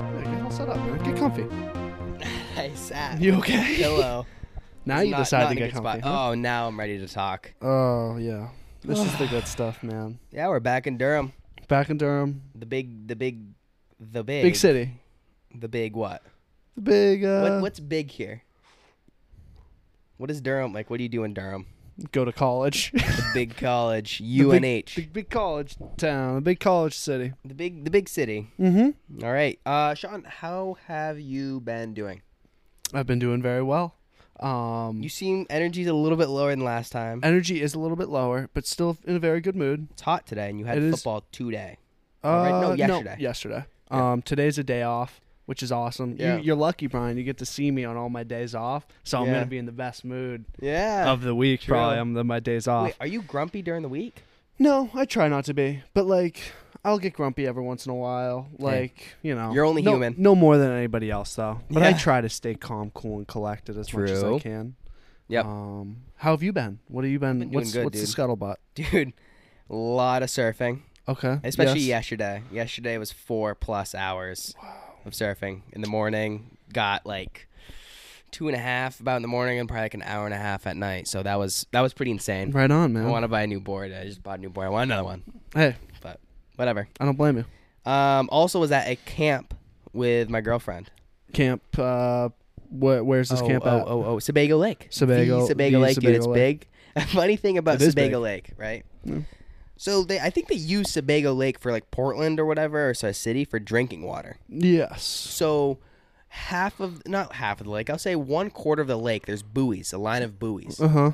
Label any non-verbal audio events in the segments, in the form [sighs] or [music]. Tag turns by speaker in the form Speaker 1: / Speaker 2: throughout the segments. Speaker 1: Shut up, man. Get comfy.
Speaker 2: I sat.
Speaker 1: You okay?
Speaker 2: Pillow.
Speaker 1: [laughs] now
Speaker 2: It's
Speaker 1: you
Speaker 2: not-
Speaker 1: decide
Speaker 2: not
Speaker 1: to
Speaker 2: in a
Speaker 1: get
Speaker 2: good spot.
Speaker 1: comfy. huh?
Speaker 2: Oh, now I'm ready to talk.
Speaker 1: Oh yeah, this is [sighs] the good stuff, man.
Speaker 2: Yeah, we're back in Durham,
Speaker 1: Back in Durham,
Speaker 2: the big, the big, the big,
Speaker 1: big city,
Speaker 2: the big what?
Speaker 1: the big. Uh,
Speaker 2: what what's big here? What is Durham like? What do you do in Durham?
Speaker 1: Go to college. [laughs]
Speaker 2: The big college,
Speaker 1: The big-
Speaker 2: UNH,
Speaker 1: the big college town, the big college city.
Speaker 2: the big, the big city.
Speaker 1: Mm-hmm.
Speaker 2: All right, uh, Sean, how have you been doing?
Speaker 1: I've been doing very well. Um,
Speaker 2: You seem energy's a little bit lower than last time.
Speaker 1: energy is a little bit lower, but still in a very good mood.
Speaker 2: It's hot today, and you had
Speaker 1: It is-
Speaker 2: football today. All right, no,
Speaker 1: Uh,
Speaker 2: yesterday.
Speaker 1: yesterday. Um, today's a day off, which is awesome.
Speaker 2: Yeah.
Speaker 1: You, you're lucky, Brian. You get to see me on all my days off, so I'm
Speaker 2: Yeah.
Speaker 1: gonna be in the best mood
Speaker 2: Yeah.
Speaker 1: of the week.
Speaker 2: true.
Speaker 1: Probably, I'm the, my days off.
Speaker 2: Wait, are you grumpy during the week?
Speaker 1: No, I try not to be, but like I'll get grumpy every once in a while. Like you know,
Speaker 2: You're only
Speaker 1: no-
Speaker 2: human.
Speaker 1: No more than anybody else, though. But I
Speaker 2: Yeah.
Speaker 1: try to stay calm, cool, and collected as much as I
Speaker 2: True.
Speaker 1: can.
Speaker 2: Yep.
Speaker 1: Um, how have you been? What have you been?
Speaker 2: been doing
Speaker 1: what's
Speaker 2: good,
Speaker 1: what's
Speaker 2: dude.
Speaker 1: the scuttlebutt?
Speaker 2: Dude, [laughs] a lot of surfing,
Speaker 1: Okay.
Speaker 2: especially
Speaker 1: yes.
Speaker 2: yesterday. Yesterday was four plus hours of surfing in the morning. Got like two and a half about in the morning, and probably like an hour and a half at night. So that was that was pretty insane.
Speaker 1: Right on, man.
Speaker 2: I want to buy a new board. I just bought a new board. I want another one,
Speaker 1: hey,
Speaker 2: but whatever.
Speaker 1: I don't blame you.
Speaker 2: Um, also was at a camp with my girlfriend.
Speaker 1: Camp. Uh, wh- where's this
Speaker 2: oh,
Speaker 1: camp
Speaker 2: oh,
Speaker 1: at?
Speaker 2: oh, oh, Sebago Lake.
Speaker 1: Sebago-
Speaker 2: The Sebago
Speaker 1: the
Speaker 2: Lake, dude. It's
Speaker 1: Sebago
Speaker 2: big. [laughs] Funny thing about
Speaker 1: It is
Speaker 2: Sebago
Speaker 1: big.
Speaker 2: Lake, right?
Speaker 1: Yeah.
Speaker 2: So they, I think they use Sebago Lake for like Portland or whatever, or so a city for drinking water.
Speaker 1: Yes.
Speaker 2: So half of, not half of the lake, I'll say one quarter of the lake, there's buoys, a line
Speaker 1: [laughs]
Speaker 2: of buoys,
Speaker 1: Uh huh.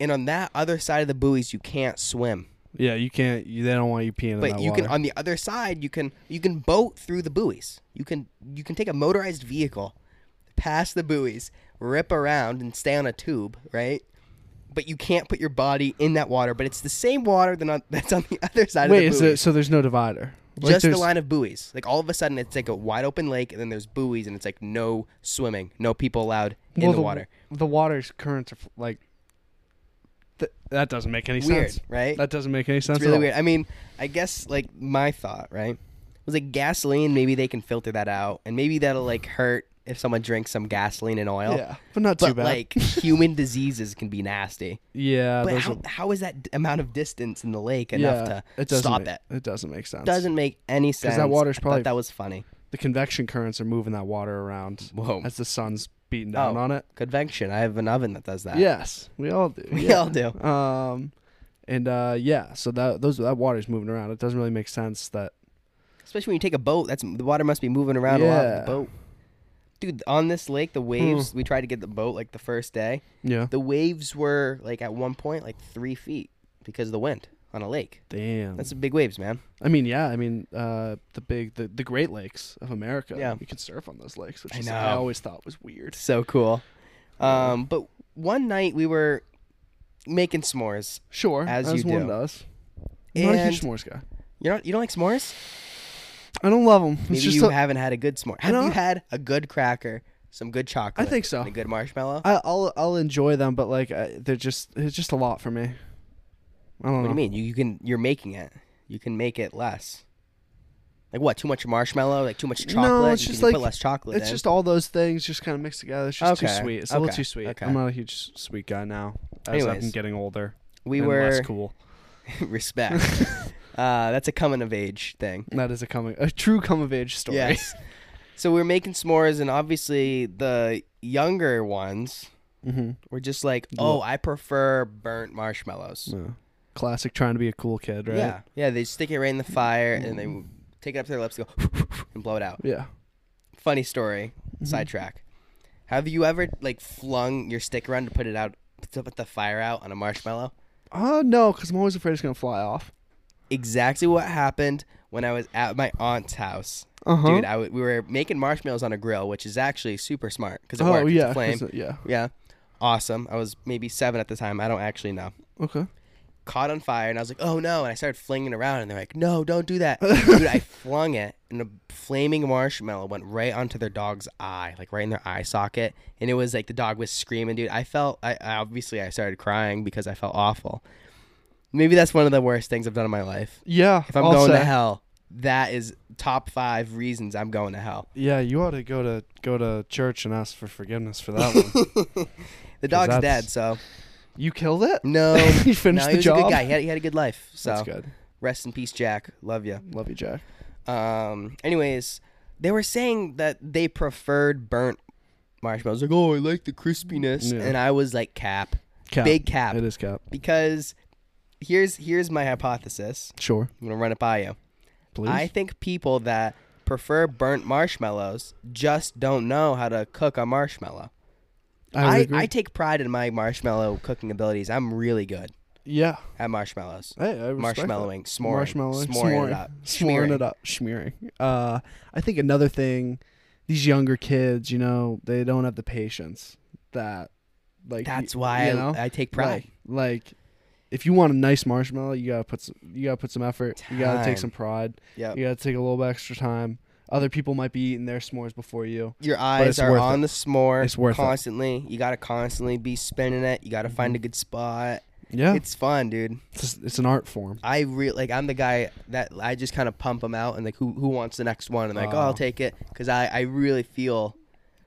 Speaker 2: and on that other side of the buoys, you can't swim.
Speaker 1: Yeah, you can't. You, they don't want you peeing in
Speaker 2: But
Speaker 1: that
Speaker 2: you
Speaker 1: water.
Speaker 2: can on the other side, you can you can boat through the buoys. You can you can take a motorized vehicle, past the buoys, rip around and stay on a tube, right? But you can't put your body in that water. But it's the same water than on, [laughs] that's on the other side
Speaker 1: Wait,
Speaker 2: of the
Speaker 1: is
Speaker 2: buoys.
Speaker 1: it, so there's no divider. Like,
Speaker 2: Just the
Speaker 1: there's-
Speaker 2: line of buoys. Like all of a sudden, it's like a wide open lake, and then there's buoys, and it's like no swimming, no people allowed in
Speaker 1: Well,
Speaker 2: the, water.
Speaker 1: The water's currents are f- like. Th- that doesn't make any
Speaker 2: Weird,
Speaker 1: sense.
Speaker 2: right?
Speaker 1: That doesn't make any sense.
Speaker 2: It's
Speaker 1: at
Speaker 2: really
Speaker 1: all.
Speaker 2: weird. I mean, I guess like my thought, right, was like gasoline. Maybe they can filter that out, and maybe that'll like hurt if someone drinks some gasoline and oil.
Speaker 1: Yeah, but not too
Speaker 2: But
Speaker 1: bad. [laughs]
Speaker 2: like human diseases can be nasty.
Speaker 1: yeah,
Speaker 2: But
Speaker 1: those
Speaker 2: how,
Speaker 1: are-
Speaker 2: how is that d- amount of distance in the lake
Speaker 1: yeah,
Speaker 2: enough
Speaker 1: it
Speaker 2: to
Speaker 1: doesn't
Speaker 2: stop
Speaker 1: make,
Speaker 2: that?
Speaker 1: It doesn't make sense.
Speaker 2: Doesn't make any sense.
Speaker 1: water's
Speaker 2: I thought
Speaker 1: probably-
Speaker 2: that was funny.
Speaker 1: the convection currents are moving that water around
Speaker 2: Whoa,
Speaker 1: as the sun's beating down
Speaker 2: Oh.
Speaker 1: on it?
Speaker 2: convection. I have an oven that does that.
Speaker 1: Yes, we all do.
Speaker 2: [laughs] we
Speaker 1: yeah.
Speaker 2: all do.
Speaker 1: Um, and uh, yeah, so that those that water's moving around. It doesn't really make sense that
Speaker 2: Especially when you take a boat, that's the water must be moving around a lot. With
Speaker 1: Yeah. Hmm.
Speaker 2: the boat, dude, on this lake, the waves. We tried to get the boat like the first day.
Speaker 1: yeah.
Speaker 2: the waves were like at one point like three feet because of the wind on a lake.
Speaker 1: Damn.
Speaker 2: That's some big waves, man.
Speaker 1: I mean, yeah. I mean, uh, the big the, the Great Lakes of America.
Speaker 2: Yeah.
Speaker 1: you can surf on those lakes, which
Speaker 2: I
Speaker 1: is,
Speaker 2: know.
Speaker 1: I always thought was weird.
Speaker 2: So cool. Um, but one night we were making s'mores.
Speaker 1: Sure,
Speaker 2: As
Speaker 1: as,
Speaker 2: you
Speaker 1: one
Speaker 2: do.
Speaker 1: does. I'm not a
Speaker 2: And-
Speaker 1: huge s'mores guy.
Speaker 2: You don't you don't like s'mores?
Speaker 1: I don't love them.
Speaker 2: Maybe
Speaker 1: It's just
Speaker 2: you
Speaker 1: a-
Speaker 2: haven't had a good s'more. Have you
Speaker 1: don't-
Speaker 2: had a good cracker, some good chocolate?
Speaker 1: think so.
Speaker 2: and a good marshmallow.
Speaker 1: I, I'll I'll enjoy them, but like I, they're just it's just a lot for me. I don't
Speaker 2: what do
Speaker 1: know.
Speaker 2: you mean? You, you can you're making it. You can make it less. Like what? Too much marshmallow? Like too much chocolate?
Speaker 1: No, it's
Speaker 2: You
Speaker 1: just
Speaker 2: can
Speaker 1: like
Speaker 2: put less chocolate.
Speaker 1: it's
Speaker 2: in.
Speaker 1: just all those things just kind of mixed together. It's just
Speaker 2: Okay,
Speaker 1: too sweet. It's a
Speaker 2: okay,
Speaker 1: little too sweet.
Speaker 2: okay.
Speaker 1: I'm not a huge s- sweet guy now. As I've been
Speaker 2: Anyways,
Speaker 1: getting older,
Speaker 2: we
Speaker 1: and
Speaker 2: were [laughs]
Speaker 1: less cool. [laughs]
Speaker 2: respect. uh, that's a coming of age thing.
Speaker 1: That is a coming a true come of age story.
Speaker 2: Yes. so we were making s'mores, and obviously the younger ones
Speaker 1: mm-hmm.
Speaker 2: were just like, "Oh, I prefer burnt marshmallows."
Speaker 1: yeah. [laughs] Classic trying to be a cool kid, right?
Speaker 2: Yeah, yeah. They stick it right in the fire, and they would take it up to their lips, go [laughs] and blow it out.
Speaker 1: Yeah.
Speaker 2: Funny story.
Speaker 1: Mm-hmm.
Speaker 2: Sidetrack. Have you ever like flung your stick around to put it out to put the fire out on a marshmallow?
Speaker 1: Uh no, because I'm always afraid it's gonna fly off.
Speaker 2: Exactly what happened when I was at my aunt's house.
Speaker 1: Uh huh.
Speaker 2: Dude, I w- we were making marshmallows on a grill, which is actually super smart because it
Speaker 1: Oh yeah,
Speaker 2: works. it's a
Speaker 1: 'cause
Speaker 2: flame.
Speaker 1: it- yeah.
Speaker 2: Yeah. Awesome. I was maybe seven at the time. I don't actually know.
Speaker 1: Okay.
Speaker 2: Caught on fire, and I was like, oh no. And I started flinging it around, and they're like, no, don't do that. Dude,
Speaker 1: [laughs]
Speaker 2: I flung it, and a flaming marshmallow went right onto their dog's eye, like right in their eye socket. And it was like the dog was screaming, dude. I felt, I I- obviously, I started crying because I felt awful. Maybe that's one of the worst things I've done in my life.
Speaker 1: Yeah.
Speaker 2: If I'm
Speaker 1: I'll
Speaker 2: going to
Speaker 1: say.
Speaker 2: hell, that is top five reasons I'm going to hell.
Speaker 1: Yeah, you ought to go to go to church and ask for forgiveness for that one.
Speaker 2: The dog's
Speaker 1: that's-
Speaker 2: dead, so
Speaker 1: [laughs] you killed [laughs] it.
Speaker 2: no.
Speaker 1: He finished
Speaker 2: no,
Speaker 1: the
Speaker 2: he was a
Speaker 1: job?
Speaker 2: good guy. He had, he had a good life. So
Speaker 1: That's good.
Speaker 2: rest in peace, Jack. Love you.
Speaker 1: Love you, Jack.
Speaker 2: Um. Anyways, they were saying that they preferred burnt marshmallows. Like, oh, I like the crispiness,
Speaker 1: Yeah.
Speaker 2: and I was like, cap,
Speaker 1: Cap.
Speaker 2: big cap,
Speaker 1: It is cap.
Speaker 2: because here's here's my hypothesis.
Speaker 1: Sure.
Speaker 2: I'm gonna run it by you.
Speaker 1: Please.
Speaker 2: I think people that prefer burnt marshmallows just don't know how to cook a marshmallow.
Speaker 1: would
Speaker 2: I,
Speaker 1: agree.
Speaker 2: I take pride in my marshmallow cooking abilities. I'm really good
Speaker 1: yeah.
Speaker 2: at marshmallows.
Speaker 1: Hey, I respect that.
Speaker 2: Marshmallowing, s'moring,
Speaker 1: marshmallow,
Speaker 2: s'moring, it up,
Speaker 1: smearing it up, smearing. Uh, I think another thing, these younger kids, you know, they don't have the patience that, like,
Speaker 2: That's
Speaker 1: y-
Speaker 2: why
Speaker 1: you know,
Speaker 2: I, I take pride.
Speaker 1: Like, like, if you want a nice marshmallow, you gotta put some, you gotta put some effort. You gotta take
Speaker 2: Time.
Speaker 1: some pride.
Speaker 2: Yep.
Speaker 1: You gotta take a little bit extra time. Other people might be eating their s'mores before you.
Speaker 2: Your
Speaker 1: it's
Speaker 2: eyes are
Speaker 1: worth
Speaker 2: on the s'more
Speaker 1: It's worth it.
Speaker 2: constantly. You gotta constantly be spinning it. You gotta find a good spot.
Speaker 1: Mm-hmm. Yeah, it's
Speaker 2: It's fun, dude.
Speaker 1: it's, it's an art form.
Speaker 2: I really like. I'm the guy that I just kind of pump them out and like, who who wants the next one? And like, oh,
Speaker 1: Oh.
Speaker 2: I'll take it because I I really feel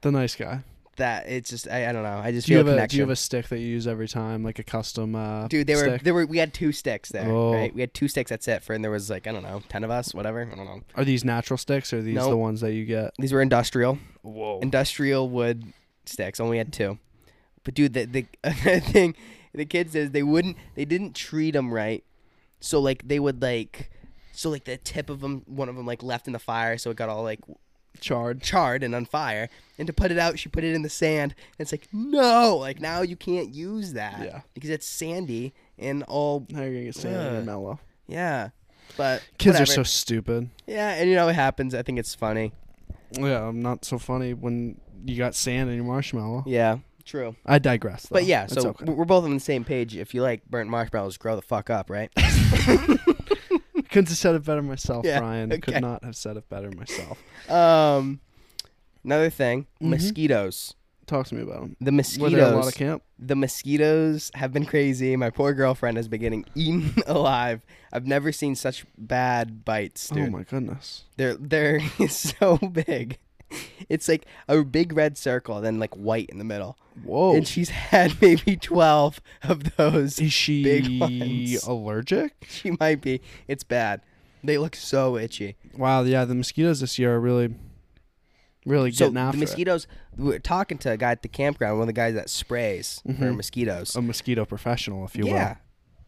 Speaker 1: The nice guy.
Speaker 2: that it's just I, I don't know. I just
Speaker 1: Do you
Speaker 2: feel
Speaker 1: have
Speaker 2: a
Speaker 1: a Do you
Speaker 2: connection.
Speaker 1: have a stick that you use every time, like a custom? Uh,
Speaker 2: Dude, they were
Speaker 1: stick?
Speaker 2: they were we had two sticks there.
Speaker 1: Oh.
Speaker 2: Right, we had two sticks. That's it. For and there was like I don't know, ten of us, whatever. I don't know.
Speaker 1: Are these natural sticks or are these
Speaker 2: Nope.
Speaker 1: the ones that you get?
Speaker 2: These were industrial.
Speaker 1: Whoa.
Speaker 2: industrial wood sticks. Only had two. But dude, the the [laughs] the thing the kids says they wouldn't they didn't treat them right. So like they would like so like the tip of them one of them like left in the fire so it got all like
Speaker 1: Charred.
Speaker 2: charred and on fire and to put it out she put it in the sand and it's like no like now you can't use that
Speaker 1: Yeah.
Speaker 2: because it's sandy and all
Speaker 1: Now you're gonna get sand
Speaker 2: Ugh.
Speaker 1: and mellow.
Speaker 2: yeah but
Speaker 1: Kids
Speaker 2: whatever.
Speaker 1: are so stupid.
Speaker 2: yeah and you know it happens I think it's funny
Speaker 1: Yeah, I'm not so funny when you got sand in your marshmallow.
Speaker 2: yeah true
Speaker 1: I digress. Though.
Speaker 2: But yeah,
Speaker 1: That's
Speaker 2: so
Speaker 1: okay.
Speaker 2: we're both on the same page. If you like burnt marshmallows, grow the fuck up, right? [laughs]
Speaker 1: couldn't have said it better myself,
Speaker 2: Yeah,
Speaker 1: Brian.
Speaker 2: okay.
Speaker 1: Could not have said it better myself.
Speaker 2: um, another thing,
Speaker 1: Mhm.
Speaker 2: mosquitoes.
Speaker 1: Talk to me about them.
Speaker 2: The
Speaker 1: Were there a lot
Speaker 2: mosquitoes.
Speaker 1: of camp?
Speaker 2: the mosquitoes have been crazy. My poor girlfriend has been getting eaten [laughs] alive. I've never seen such bad bites, dude.
Speaker 1: Oh my goodness.
Speaker 2: They're they're [laughs] so big. It's like a big red circle, then like white in the middle.
Speaker 1: Whoa.
Speaker 2: And she's [laughs] had maybe twelve of those.
Speaker 1: Is Oh. she
Speaker 2: big ones.
Speaker 1: allergic?
Speaker 2: She might be. It's bad. They look so itchy.
Speaker 1: Wow. Yeah, the mosquitoes this year are really, really
Speaker 2: So
Speaker 1: getting after
Speaker 2: the mosquitoes. We were talking to a guy at the campground, one of the guys that sprays for
Speaker 1: Mhm.
Speaker 2: mosquitoes.
Speaker 1: it. A mosquito professional, if you
Speaker 2: yeah.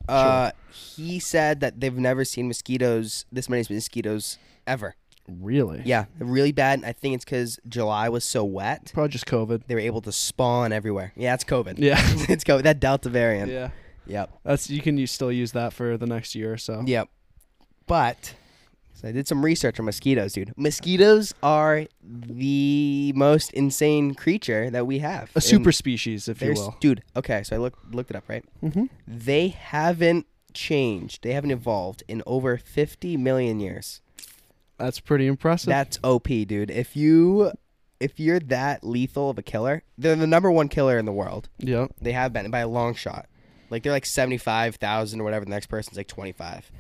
Speaker 2: Uh, he said that they've never seen mosquitoes this many mosquitoes ever.
Speaker 1: will. Really.
Speaker 2: Yeah, really bad. I think it's because July was so wet.
Speaker 1: Probably just COVID.
Speaker 2: [laughs] They were able to spawn everywhere. Yeah, it's COVID.
Speaker 1: Yeah.
Speaker 2: [laughs] it's COVID. That Delta variant.
Speaker 1: yeah.
Speaker 2: Yep.
Speaker 1: That's you can you still use that for the next year or so.
Speaker 2: Yep. But so I did some research on mosquitoes, dude. Mosquitoes are the most insane creature that we have.
Speaker 1: A
Speaker 2: in-
Speaker 1: super species, if you
Speaker 2: There's-
Speaker 1: will.
Speaker 2: Dude, okay, so I looked looked it up, right?
Speaker 1: Mm-hmm.
Speaker 2: They haven't changed. They haven't evolved in over 50 million years.
Speaker 1: That's pretty impressive.
Speaker 2: That's OP, dude. If you if you're that lethal of a killer, they're the number one killer in the world.
Speaker 1: yep.
Speaker 2: They have been by a long shot. Like they're like 75,000 or whatever, the next person's like 25.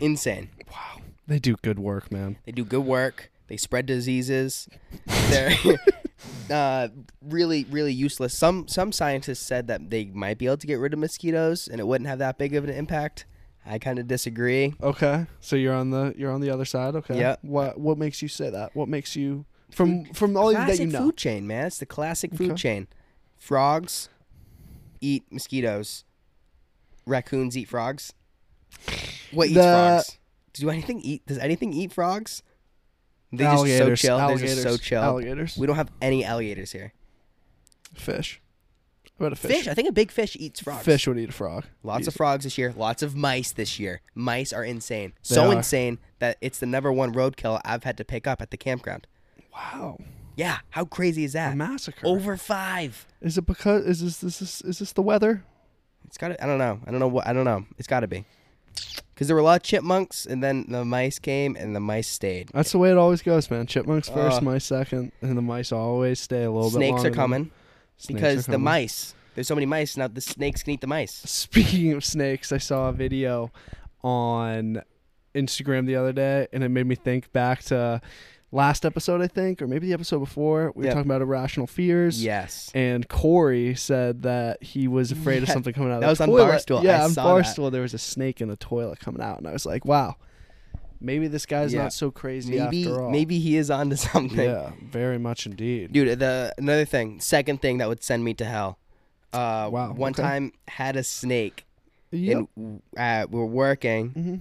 Speaker 2: Insane.
Speaker 1: Wow. They do good work, man.
Speaker 2: They do good work. They
Speaker 1: [laughs]
Speaker 2: spread diseases. They're [laughs] uh, really, really useless. Some some scientists said that they might be able to get rid of mosquitoes and it wouldn't have that big of an impact. I kind of disagree.
Speaker 1: Okay. So you're on the you're on the other side. Okay.
Speaker 2: Yep.
Speaker 1: What what makes you say that? What makes you from from all
Speaker 2: classic
Speaker 1: that you know?
Speaker 2: food chain, man. It's the classic food
Speaker 1: Okay.
Speaker 2: chain. Frogs eat mosquitoes. Raccoons eat frogs. What eats
Speaker 1: The-
Speaker 2: frogs? Do anything eat? Does anything eat frogs? They just so
Speaker 1: alligators.
Speaker 2: chill. They're
Speaker 1: alligators.
Speaker 2: just so chill.
Speaker 1: Alligators.
Speaker 2: We don't have any alligators here.
Speaker 1: Fish. What about a
Speaker 2: Fish.
Speaker 1: fish?
Speaker 2: I think a big fish eats frogs.
Speaker 1: Fish would eat a frog.
Speaker 2: Lots of
Speaker 1: Easy.
Speaker 2: frogs this year. Lots of mice this year. Mice are insane.
Speaker 1: They
Speaker 2: so
Speaker 1: are.
Speaker 2: insane that it's the number one roadkill I've had to pick up at the campground.
Speaker 1: Wow.
Speaker 2: Yeah. How crazy is
Speaker 1: A
Speaker 2: that?
Speaker 1: massacre.
Speaker 2: Over five.
Speaker 1: Is it because is this this is, is this the weather?
Speaker 2: It's got. to I don't know. I don't know what. I don't know. It's got to be. Because there were a lot of chipmunks, and then the mice came, and the mice stayed.
Speaker 1: That's the way it always goes, man. Chipmunks first,
Speaker 2: Ugh.
Speaker 1: mice second, and the mice always stay a little bit
Speaker 2: Uh, Snakes
Speaker 1: longer
Speaker 2: are
Speaker 1: than-
Speaker 2: coming
Speaker 1: Snakes are
Speaker 2: because the
Speaker 1: coming.
Speaker 2: mice. There's so many mice now. The snakes can eat the mice.
Speaker 1: Speaking of snakes, I saw a video on Instagram the other day, and it made me think back to last episode, I think, or maybe the episode before. We were
Speaker 2: Yep.
Speaker 1: talking about irrational fears.
Speaker 2: Yes.
Speaker 1: And Corey said that he was afraid of
Speaker 2: Yeah,
Speaker 1: something coming out.
Speaker 2: that
Speaker 1: of
Speaker 2: was
Speaker 1: the
Speaker 2: on
Speaker 1: toilet.
Speaker 2: Barstool.
Speaker 1: Yeah,
Speaker 2: I
Speaker 1: on
Speaker 2: saw that.
Speaker 1: Barstool, there was a snake in the toilet coming out, and I was like, wow, maybe this guy's
Speaker 2: Yeah.
Speaker 1: not so crazy
Speaker 2: Maybe
Speaker 1: after all.
Speaker 2: maybe he is onto something.
Speaker 1: Yeah, very much indeed.
Speaker 2: Dude, the another thing, second thing that would send me to hell. Uh,
Speaker 1: Wow,
Speaker 2: One
Speaker 1: okay.
Speaker 2: time had a snake,
Speaker 1: Yep.
Speaker 2: and uh, we were working,
Speaker 1: Mhm.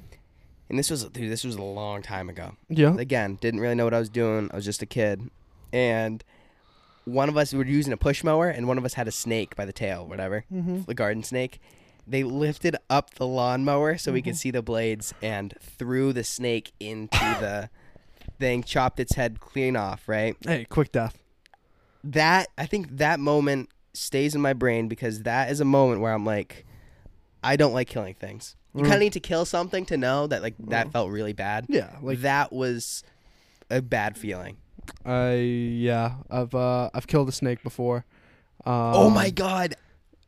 Speaker 2: and this was dude, this was a long time ago.
Speaker 1: Yeah.
Speaker 2: Again, didn't really know what I was doing. I was just a kid, and one of us we were using a push mower, and one of us had a snake by the tail, whatever,
Speaker 1: Mm-hmm.
Speaker 2: the garden snake. They lifted up the lawnmower so we
Speaker 1: Mm-hmm.
Speaker 2: could see the blades, and threw the snake into the thing, chopped its head clean off. Right
Speaker 1: Hey, quick death.
Speaker 2: that I think that moment stays in my brain because that is a moment where I'm like, I don't like killing things. You kind of need to kill something to know that like that felt really bad.
Speaker 1: Yeah, like
Speaker 2: Mm. Like that was a bad feeling.
Speaker 1: I yeah, I've uh I've killed a snake before. Um,
Speaker 2: oh my god.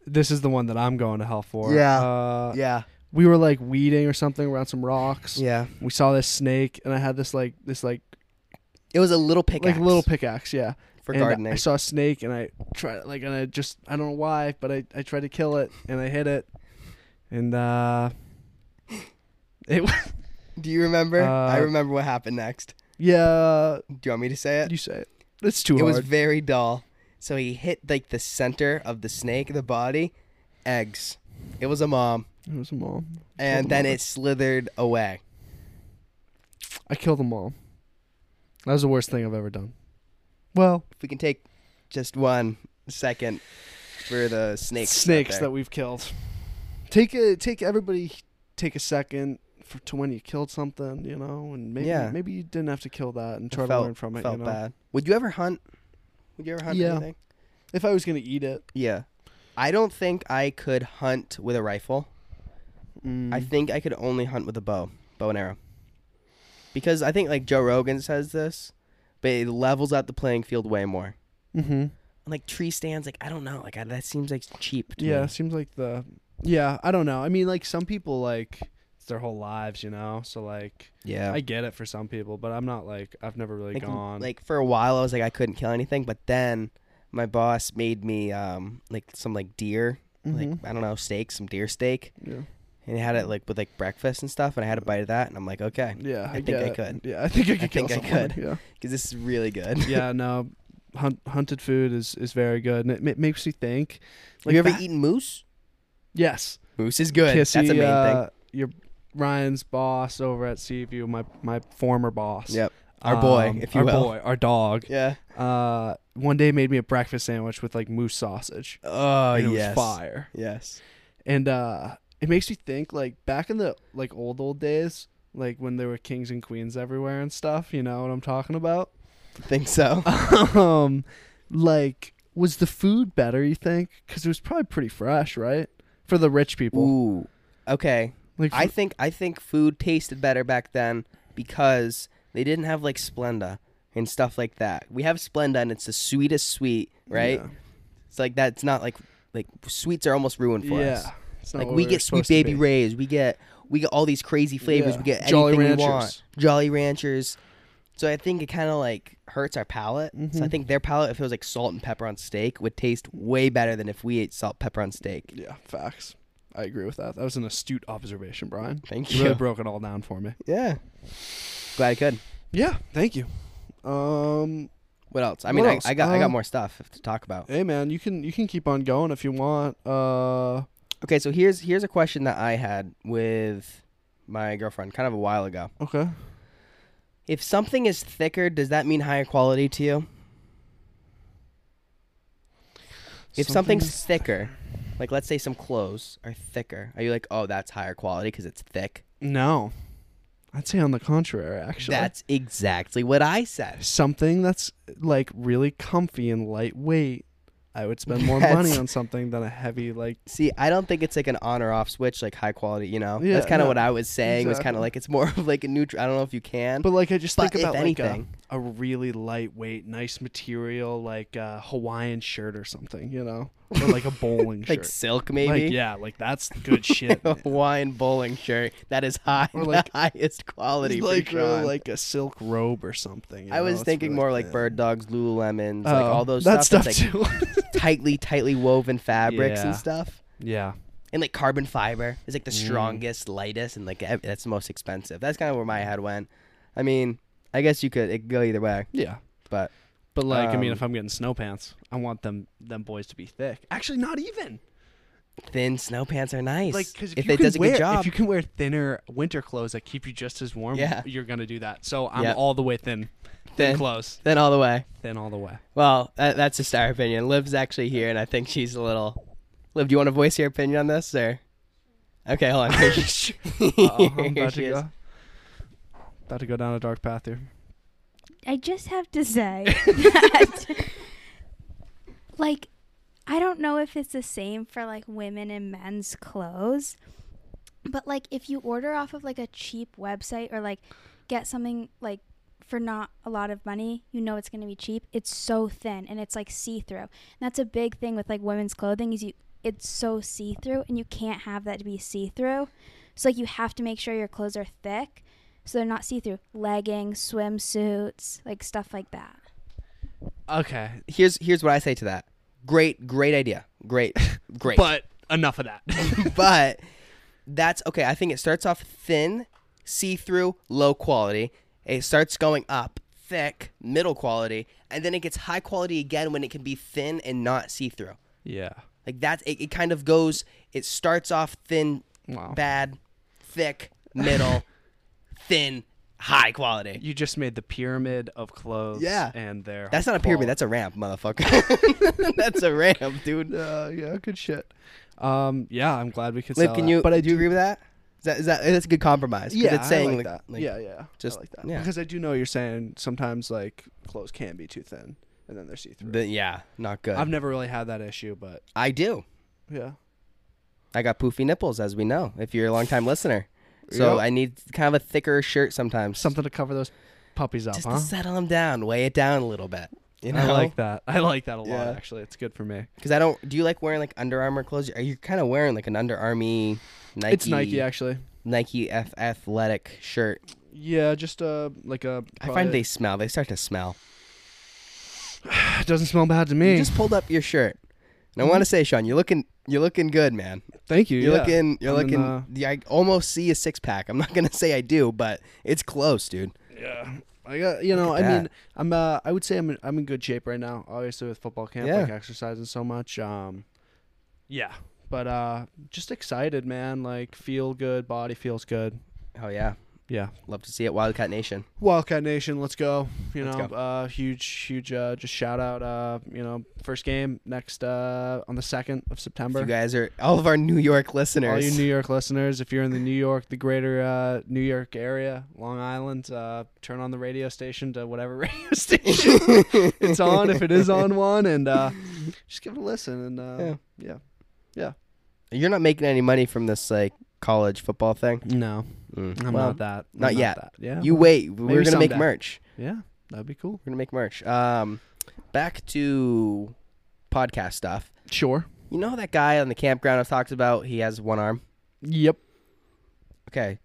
Speaker 1: This is the one that I'm going to hell for.
Speaker 2: Yeah.
Speaker 1: Uh,
Speaker 2: Yeah.
Speaker 1: We were like weeding or something around some rocks.
Speaker 2: Yeah.
Speaker 1: We saw this snake, and I had this like this like
Speaker 2: It was a little uh, pickaxe.
Speaker 1: like little pickaxe. Yeah.
Speaker 2: for
Speaker 1: and
Speaker 2: gardening.
Speaker 1: I saw a snake, and I tried like and I just I don't know why, but I I tried to kill it, and I hit it, and uh, it was
Speaker 2: [laughs] Do you remember? I
Speaker 1: Uh,
Speaker 2: remember what happened next.
Speaker 1: yeah.
Speaker 2: Do you want me to say it?
Speaker 1: You say it. It's too
Speaker 2: Uh, it
Speaker 1: hard.
Speaker 2: was very dull. So he hit like the center of the snake, the body, eggs. It was a mom,
Speaker 1: it was a mom.
Speaker 2: and
Speaker 1: a
Speaker 2: then
Speaker 1: mother.
Speaker 2: it slithered away.
Speaker 1: I killed them all. That was the worst thing I've ever done. Well,
Speaker 2: if we can take just one second for the snakes. out
Speaker 1: snakes
Speaker 2: there.
Speaker 1: that we've killed. Take a take everybody take a second for to when you killed something, you know, and maybe
Speaker 2: Yeah.
Speaker 1: maybe you didn't have to kill that and
Speaker 2: I
Speaker 1: try to
Speaker 2: felt-
Speaker 1: learn from it.
Speaker 2: Felt
Speaker 1: you know?
Speaker 2: bad. Would you ever hunt? Would you ever hunt
Speaker 1: Yeah.
Speaker 2: anything?
Speaker 1: If I was gonna eat it,
Speaker 2: Yeah. I don't think I could hunt with a rifle. I
Speaker 1: Mm-hmm.
Speaker 2: think I could only hunt with a bow, bow and arrow. Because I think like Joe Rogan says this, but it levels out the playing field way more.
Speaker 1: mm-hmm.
Speaker 2: And, like tree stands, like I don't know, like I, that seems like cheap. To
Speaker 1: yeah,
Speaker 2: Me.
Speaker 1: seems like the yeah. I don't know. I mean, like some people like it's their whole lives, you know. So like
Speaker 2: Yeah.
Speaker 1: I get it for some people, but I'm not like I've never really
Speaker 2: like,
Speaker 1: gone.
Speaker 2: like for a while I was like I couldn't kill anything, but then my boss made me um like some like deer, like
Speaker 1: Mhm.
Speaker 2: I don't know, steak, some deer steak,
Speaker 1: yeah,
Speaker 2: and I had it like with like breakfast and stuff, and I had a bite of that, and I'm like, okay,
Speaker 1: yeah. I,
Speaker 2: think
Speaker 1: get
Speaker 2: I
Speaker 1: it.
Speaker 2: could.
Speaker 1: Yeah, I think I could kill
Speaker 2: think I
Speaker 1: someone,
Speaker 2: could.
Speaker 1: Yeah.
Speaker 2: because this is
Speaker 1: [laughs]
Speaker 2: really good.
Speaker 1: yeah, no, hunt, hunted food is, is very good, and it ma- makes you think.
Speaker 2: Have you ever
Speaker 1: back-
Speaker 2: eaten moose?
Speaker 1: Yes,
Speaker 2: Moose is good.
Speaker 1: Kissy,
Speaker 2: That's a main
Speaker 1: uh, Your Ryan's boss over at Seaview, my my former boss.
Speaker 2: thing. Yep, our boy,
Speaker 1: Um,
Speaker 2: if you
Speaker 1: our
Speaker 2: will.
Speaker 1: boy, our dog.
Speaker 2: Yeah.
Speaker 1: Uh, one day made me a breakfast sandwich with like moose sausage.
Speaker 2: Oh
Speaker 1: and it
Speaker 2: yes.
Speaker 1: was fire,
Speaker 2: Yes. [laughs]
Speaker 1: and uh, it makes you think like back in the like old old days, like when there were kings and queens everywhere and stuff. You know what I'm talking about? [laughs]
Speaker 2: Think so.
Speaker 1: um like was the food better you think because it was probably pretty fresh right for the rich people
Speaker 2: Ooh. Okay.
Speaker 1: like
Speaker 2: I
Speaker 1: for-
Speaker 2: think I think food tasted better back then because they didn't have like Splenda and stuff like that. We have Splenda and it's the sweetest sweet, right?
Speaker 1: yeah,
Speaker 2: It's like that's not like like sweets are almost ruined for us.
Speaker 1: Yeah. It's not
Speaker 2: Like
Speaker 1: what
Speaker 2: we
Speaker 1: were
Speaker 2: get sweet
Speaker 1: supposed to
Speaker 2: baby
Speaker 1: be.
Speaker 2: rays, we get we get all these crazy flavors,
Speaker 1: Yeah.
Speaker 2: we get
Speaker 1: Jolly
Speaker 2: anything we
Speaker 1: Ranchers.
Speaker 2: want. Jolly Ranchers. So I think it kind of like hurts our palate. So
Speaker 1: Mm-hmm.
Speaker 2: I think their palate, if it was like salt and pepper on steak, would taste way better than if we ate salt pepper on steak.
Speaker 1: yeah facts i agree with that that was an astute observation
Speaker 2: [laughs]
Speaker 1: brian
Speaker 2: Thank
Speaker 1: you
Speaker 2: you.
Speaker 1: really broke it all down for me
Speaker 2: yeah. Glad I could.
Speaker 1: yeah thank you um
Speaker 2: What else? I
Speaker 1: What
Speaker 2: mean, I,
Speaker 1: else?
Speaker 2: I got I
Speaker 1: Uh,
Speaker 2: got more stuff to talk about.
Speaker 1: hey man you can you can keep on going if you want uh
Speaker 2: Okay, so here's here's a question that I had with my girlfriend kind of a while ago.
Speaker 1: okay
Speaker 2: If something is thicker, does that mean higher quality to you? If something's thicker, like let's say some clothes are thicker, are you like, oh, that's higher quality because it's thick?
Speaker 1: no i'd say on the contrary actually
Speaker 2: That's exactly what I said.
Speaker 1: something that's like really comfy and lightweight, I would spend more money
Speaker 2: [laughs] That's-
Speaker 1: on something than a heavy like.
Speaker 2: See, I don't think it's like an on or off switch, like high quality. You know,
Speaker 1: Yeah,
Speaker 2: that's kind of
Speaker 1: no,
Speaker 2: what I was saying. Was
Speaker 1: exactly.
Speaker 2: kind of like it's more of like a neutral. I don't know if you can.
Speaker 1: But like I just
Speaker 2: But
Speaker 1: think about
Speaker 2: if
Speaker 1: like a,
Speaker 2: anything-
Speaker 1: a really lightweight, nice material like a Hawaiian shirt or something, you know, or like a bowling
Speaker 2: [laughs] like
Speaker 1: shirt.
Speaker 2: silk maybe.
Speaker 1: Like yeah, like that's good shit.
Speaker 2: [laughs] A Hawaiian bowling shirt that is high,
Speaker 1: Or
Speaker 2: the
Speaker 1: like-
Speaker 2: highest quality.
Speaker 1: It's
Speaker 2: for
Speaker 1: like uh,
Speaker 2: Sean.
Speaker 1: like a silk robe or something. you
Speaker 2: I
Speaker 1: know,
Speaker 2: was
Speaker 1: it's
Speaker 2: thinking
Speaker 1: really
Speaker 2: more like
Speaker 1: thin.
Speaker 2: bird dogs, Lululemons,
Speaker 1: Oh,
Speaker 2: like all those
Speaker 1: that
Speaker 2: stuff,
Speaker 1: stuff
Speaker 2: that's like
Speaker 1: too. [laughs]
Speaker 2: tightly, tightly woven fabrics
Speaker 1: Yeah.
Speaker 2: and stuff.
Speaker 1: yeah,
Speaker 2: And like carbon fiber is like the
Speaker 1: Mm.
Speaker 2: strongest, lightest, and like ev- that's the most expensive. That's kind of where my head went. I mean, I guess you could it could go either way,
Speaker 1: yeah.
Speaker 2: but
Speaker 1: But like, I mean,
Speaker 2: Um,
Speaker 1: if I'm getting snow pants, I want them them boys to be thick. Actually, not even
Speaker 2: thin snow pants are nice.
Speaker 1: like because
Speaker 2: if,
Speaker 1: you
Speaker 2: it
Speaker 1: can
Speaker 2: does a
Speaker 1: wear,
Speaker 2: good job,
Speaker 1: if you can wear thinner winter clothes that keep you just as warm,
Speaker 2: Yeah.
Speaker 1: you're gonna do that. So I'm
Speaker 2: Yep.
Speaker 1: all the way thin, thin
Speaker 2: then,
Speaker 1: clothes,
Speaker 2: then all the way.
Speaker 1: thin all the [laughs] way.
Speaker 2: Well, that, that's just our opinion. Liv's actually here, and I think she's a little. Liv, do you want to voice your opinion on this, or? Okay, hold on.
Speaker 1: [laughs]
Speaker 2: Here she-
Speaker 1: Uh-oh, Oh, I'm
Speaker 2: [laughs] here
Speaker 1: about
Speaker 2: she
Speaker 1: to
Speaker 2: is.
Speaker 1: go. About to go down a dark path here.
Speaker 3: I just have to say that, like, I don't know if it's the same for like women and men's clothes, but like if you order off of like a cheap website or like get something like for not a lot of money, you know it's going to be cheap. It's so thin and it's like see through. And that's a big thing with like women's clothing is you it's so see through and you can't have that to be see through. So like you have to make sure your clothes are thick so they're not see through. Leggings, swimsuits, like stuff like that.
Speaker 1: Okay,
Speaker 2: Here's here's what I say to that. Great, great idea. Great, great.
Speaker 1: but enough of that. [laughs]
Speaker 2: but that's okay. I think it starts off thin, see through, low quality. It starts going up, thick, middle quality, and then it gets high quality again when it can be thin and not see through.
Speaker 1: yeah.
Speaker 2: Like that's it, it kind of goes it starts off thin,
Speaker 1: Wow.
Speaker 2: bad, thick, middle,
Speaker 1: [laughs]
Speaker 2: thin, high quality.
Speaker 1: You just made the pyramid of clothes.
Speaker 2: Yeah.
Speaker 1: And their
Speaker 2: That's not a pyramid, that's a ramp, motherfucker. [laughs] that's a ramp, dude.
Speaker 1: uh, yeah, good shit. Um, yeah, I'm glad we could.
Speaker 2: Liv,
Speaker 1: sell
Speaker 2: can
Speaker 1: that.
Speaker 2: you
Speaker 1: But I
Speaker 2: do you agree with that? Is that, is that that's a good compromise? 'cause
Speaker 1: yeah,
Speaker 2: it's saying
Speaker 1: I like,
Speaker 2: like-
Speaker 1: that.
Speaker 2: like-
Speaker 1: yeah, yeah,
Speaker 2: just-
Speaker 1: I like that
Speaker 2: yeah.
Speaker 1: because I do know you're saying sometimes like clothes can be too thin and then they're see through.
Speaker 2: The, yeah, not good.
Speaker 1: I've never really had that issue, but
Speaker 2: I do.
Speaker 1: yeah,
Speaker 2: I got poofy nipples, as we know, if you're a longtime listener. So
Speaker 1: Yep.
Speaker 2: I need kind of a thicker shirt sometimes,
Speaker 1: something to cover those puppies up,
Speaker 2: just
Speaker 1: huh?
Speaker 2: to settle them down, weigh it down a little bit. You know,
Speaker 1: I like that. I like that a lot.
Speaker 2: Yeah.
Speaker 1: Actually, it's good for me.
Speaker 2: because I don't. Do you like wearing like Under Armour clothes? Are you kind of wearing like an Under Army Nike?
Speaker 1: It's Nike actually.
Speaker 2: Nike F athletic shirt.
Speaker 1: Yeah, just uh, like a.
Speaker 2: I find they smell. They start to smell.
Speaker 1: they [laughs] doesn't smell bad to
Speaker 2: You
Speaker 1: me.
Speaker 2: just pulled up your shirt, and I want to say, Sean, you're looking, you're looking good, man.
Speaker 1: Thank you.
Speaker 2: You're
Speaker 1: Mm-hmm. yeah.
Speaker 2: looking, you're
Speaker 1: I'm in,
Speaker 2: looking.
Speaker 1: uh,
Speaker 2: yeah, I almost see a six pack. I'm not gonna [laughs] say I do, but it's close, dude.
Speaker 1: Yeah. I got you know
Speaker 2: Look
Speaker 1: I
Speaker 2: at
Speaker 1: mean I'm uh I would say I'm in, I'm in good shape right now obviously with football camp
Speaker 2: Yeah.
Speaker 1: like exercising so much um yeah but uh just excited man like feel good body feels good
Speaker 2: Oh yeah,
Speaker 1: yeah
Speaker 2: love to see it, Wildcat Nation.
Speaker 1: Wildcat Nation let's go you
Speaker 2: Let's
Speaker 1: know
Speaker 2: go.
Speaker 1: uh huge huge uh just shout out uh you know first game next uh on the second of September
Speaker 2: If you guys are all of our New York
Speaker 1: all
Speaker 2: listeners.
Speaker 1: you New York listeners, if you're in the New York, the greater uh, New York area, Long Island, uh, turn on the radio station to whatever [laughs] radio
Speaker 2: [laughs]
Speaker 1: station it's on, if it is on one, and uh, just give it a listen. And uh, yeah.
Speaker 2: You're not making any money from this like college football thing. Mm.
Speaker 1: no, I'm
Speaker 2: Well,
Speaker 1: not that. I'm
Speaker 2: not yet.
Speaker 1: that. Yeah,
Speaker 2: You wait. We're gonna
Speaker 1: someday.
Speaker 2: make merch.
Speaker 1: yeah, that'd be cool.
Speaker 2: We're gonna make merch. Um, back to podcast stuff.
Speaker 1: Sure.
Speaker 2: You know that guy on the campground I've talked about? He has one arm.
Speaker 1: Yep.
Speaker 2: Okay,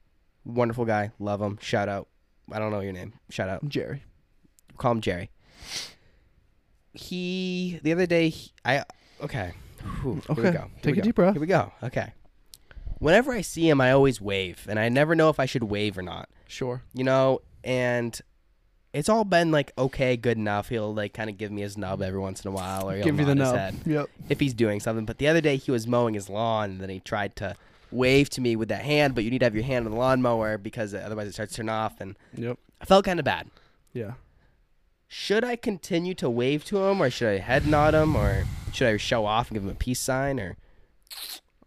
Speaker 2: wonderful guy. Love him. Shout out. I don't know your name. Shout out.
Speaker 1: Jerry.
Speaker 2: Call him Jerry. He the other day he- I okay. Whew, Here we
Speaker 1: Okay,
Speaker 2: go. Here
Speaker 1: take
Speaker 2: we
Speaker 1: a
Speaker 2: go.
Speaker 1: deep breath.
Speaker 2: Here we go. Okay. Whenever I see him, I always wave, and I never know if I should wave or not.
Speaker 1: Sure.
Speaker 2: You know, and it's all been like okay, good enough. He'll like kind of give me his nub every once in a while, or he'll
Speaker 1: Give you the
Speaker 2: nod his
Speaker 1: nub.
Speaker 2: head
Speaker 1: Yep.
Speaker 2: if he's doing something. But the other day he was mowing his lawn, and then he tried to wave to me with that hand, but you need to have your hand on the lawnmower because otherwise it starts to turn off. And
Speaker 1: Yep.
Speaker 2: I felt kind of bad.
Speaker 1: Yeah.
Speaker 2: Should I continue to wave to him, or should I head nod him, or should I show off and give him a peace sign, or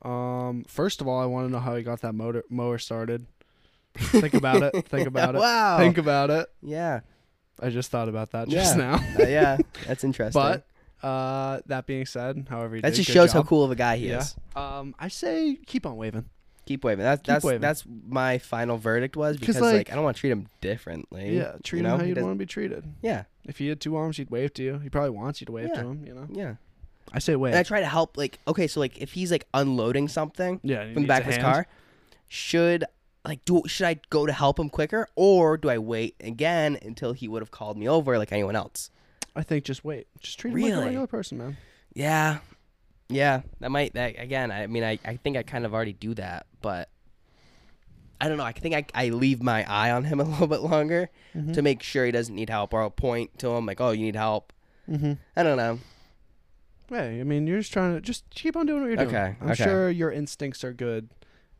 Speaker 1: Um. First of all, I want to know how he got that motor mower started. Think about it.
Speaker 2: [laughs]
Speaker 1: Think about it.
Speaker 2: Wow.
Speaker 1: Think about it.
Speaker 2: yeah,
Speaker 1: I just thought about that just
Speaker 2: Yeah.
Speaker 1: now. [laughs]
Speaker 2: Uh, yeah, that's interesting.
Speaker 1: But uh, that being said, however, you
Speaker 2: that
Speaker 1: did,
Speaker 2: just
Speaker 1: good
Speaker 2: shows how
Speaker 1: job.
Speaker 2: cool of a guy he
Speaker 1: Yeah.
Speaker 2: is.
Speaker 1: Um, I say keep on waving.
Speaker 2: Keep waving. That's that's
Speaker 1: waving.
Speaker 2: that's my final verdict was
Speaker 1: 'Cause,
Speaker 2: because like,
Speaker 1: like-
Speaker 2: I don't want to treat him differently.
Speaker 1: Yeah, treat
Speaker 2: you
Speaker 1: him
Speaker 2: know?
Speaker 1: how
Speaker 2: He
Speaker 1: you'd
Speaker 2: does-
Speaker 1: want to be treated.
Speaker 2: Yeah,
Speaker 1: If he had two arms, he'd wave to you. He probably wants you to wave
Speaker 2: Yeah.
Speaker 1: to him. You know.
Speaker 2: yeah.
Speaker 1: I say wait.
Speaker 2: And I try to help, like, okay, so like if he's like unloading something
Speaker 1: yeah, and he
Speaker 2: from
Speaker 1: needs
Speaker 2: the back
Speaker 1: a
Speaker 2: of his
Speaker 1: hand.
Speaker 2: car, should like do should I go to help him quicker or do I wait again until he would have called me over like anyone else?
Speaker 1: I think just wait. Just treat him like a
Speaker 2: Really?
Speaker 1: regular person, man.
Speaker 2: Yeah, yeah, that might that again. I mean, I I think I kind of already do that, but I don't know. I think I I leave my eye on him [laughs] a little bit longer
Speaker 1: Hmm.
Speaker 2: to make sure he doesn't need help, or I'll point to him like, oh, you need help.
Speaker 1: Mm-hmm.
Speaker 2: I don't know.
Speaker 1: Hey, I mean, you're just trying to just keep on doing what you're doing.
Speaker 2: Okay,
Speaker 1: I'm
Speaker 2: okay.
Speaker 1: sure your instincts are good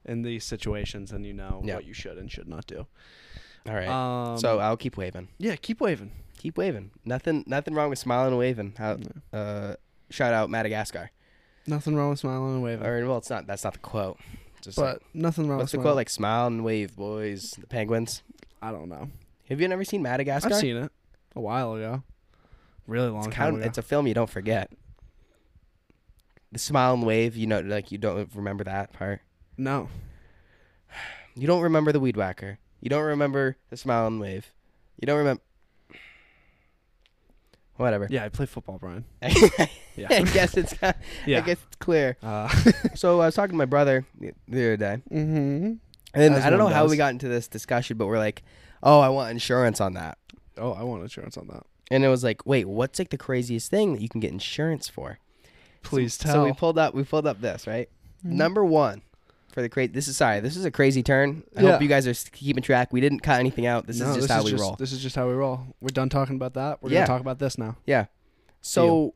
Speaker 1: in these situations, and you know
Speaker 2: Yeah.
Speaker 1: what you should and should not do.
Speaker 2: All right.
Speaker 1: Um,
Speaker 2: so uh, I'll keep waving.
Speaker 1: yeah, keep waving.
Speaker 2: Keep waving. Nothing nothing wrong with smiling and waving. How, uh, shout out Madagascar.
Speaker 1: Nothing wrong with smiling and waving.
Speaker 2: Or well, it's not. That's not the quote. Just like,
Speaker 1: But nothing wrong
Speaker 2: what's the
Speaker 1: with
Speaker 2: quote?
Speaker 1: smiling.
Speaker 2: Like smile and wave, boys. The penguins.
Speaker 1: I don't know.
Speaker 2: Have you never seen Madagascar?
Speaker 1: I've seen it a while ago. Really long
Speaker 2: it's,
Speaker 1: time
Speaker 2: kind of,
Speaker 1: ago.
Speaker 2: it's a film you don't forget. The smile and wave. You know, like you don't remember that part. [laughs]
Speaker 1: no.
Speaker 2: You don't remember the weed whacker. You don't remember the smile and wave. You don't remember. Whatever.
Speaker 1: Yeah, I play football, Brian. [laughs] Yeah.
Speaker 2: [laughs] I guess it's. I
Speaker 1: Yeah.
Speaker 2: guess it's clear.
Speaker 1: Uh, [laughs]
Speaker 2: So I was talking to my brother the the other day.
Speaker 1: mm-hmm.
Speaker 2: And
Speaker 1: As
Speaker 2: I don't know
Speaker 1: one
Speaker 2: how
Speaker 1: does.
Speaker 2: we got into this discussion, but we're like, oh, I want insurance on that.
Speaker 1: Oh, I want insurance on that.
Speaker 2: And it was like, wait, what's like the craziest thing that you can get insurance for?
Speaker 1: Please
Speaker 2: so,
Speaker 1: tell. Mm-hmm.
Speaker 2: So we pulled up, we pulled up this right. Number one for the crazy. This is sorry, this is a crazy turn. I
Speaker 1: Yeah.
Speaker 2: hope you guys are s- keeping track. We didn't cut anything out. This
Speaker 1: No,
Speaker 2: is just how we roll.
Speaker 1: This is just how we roll. We're done talking about that. We're
Speaker 2: Yeah.
Speaker 1: gonna talk about this now.
Speaker 2: Yeah. So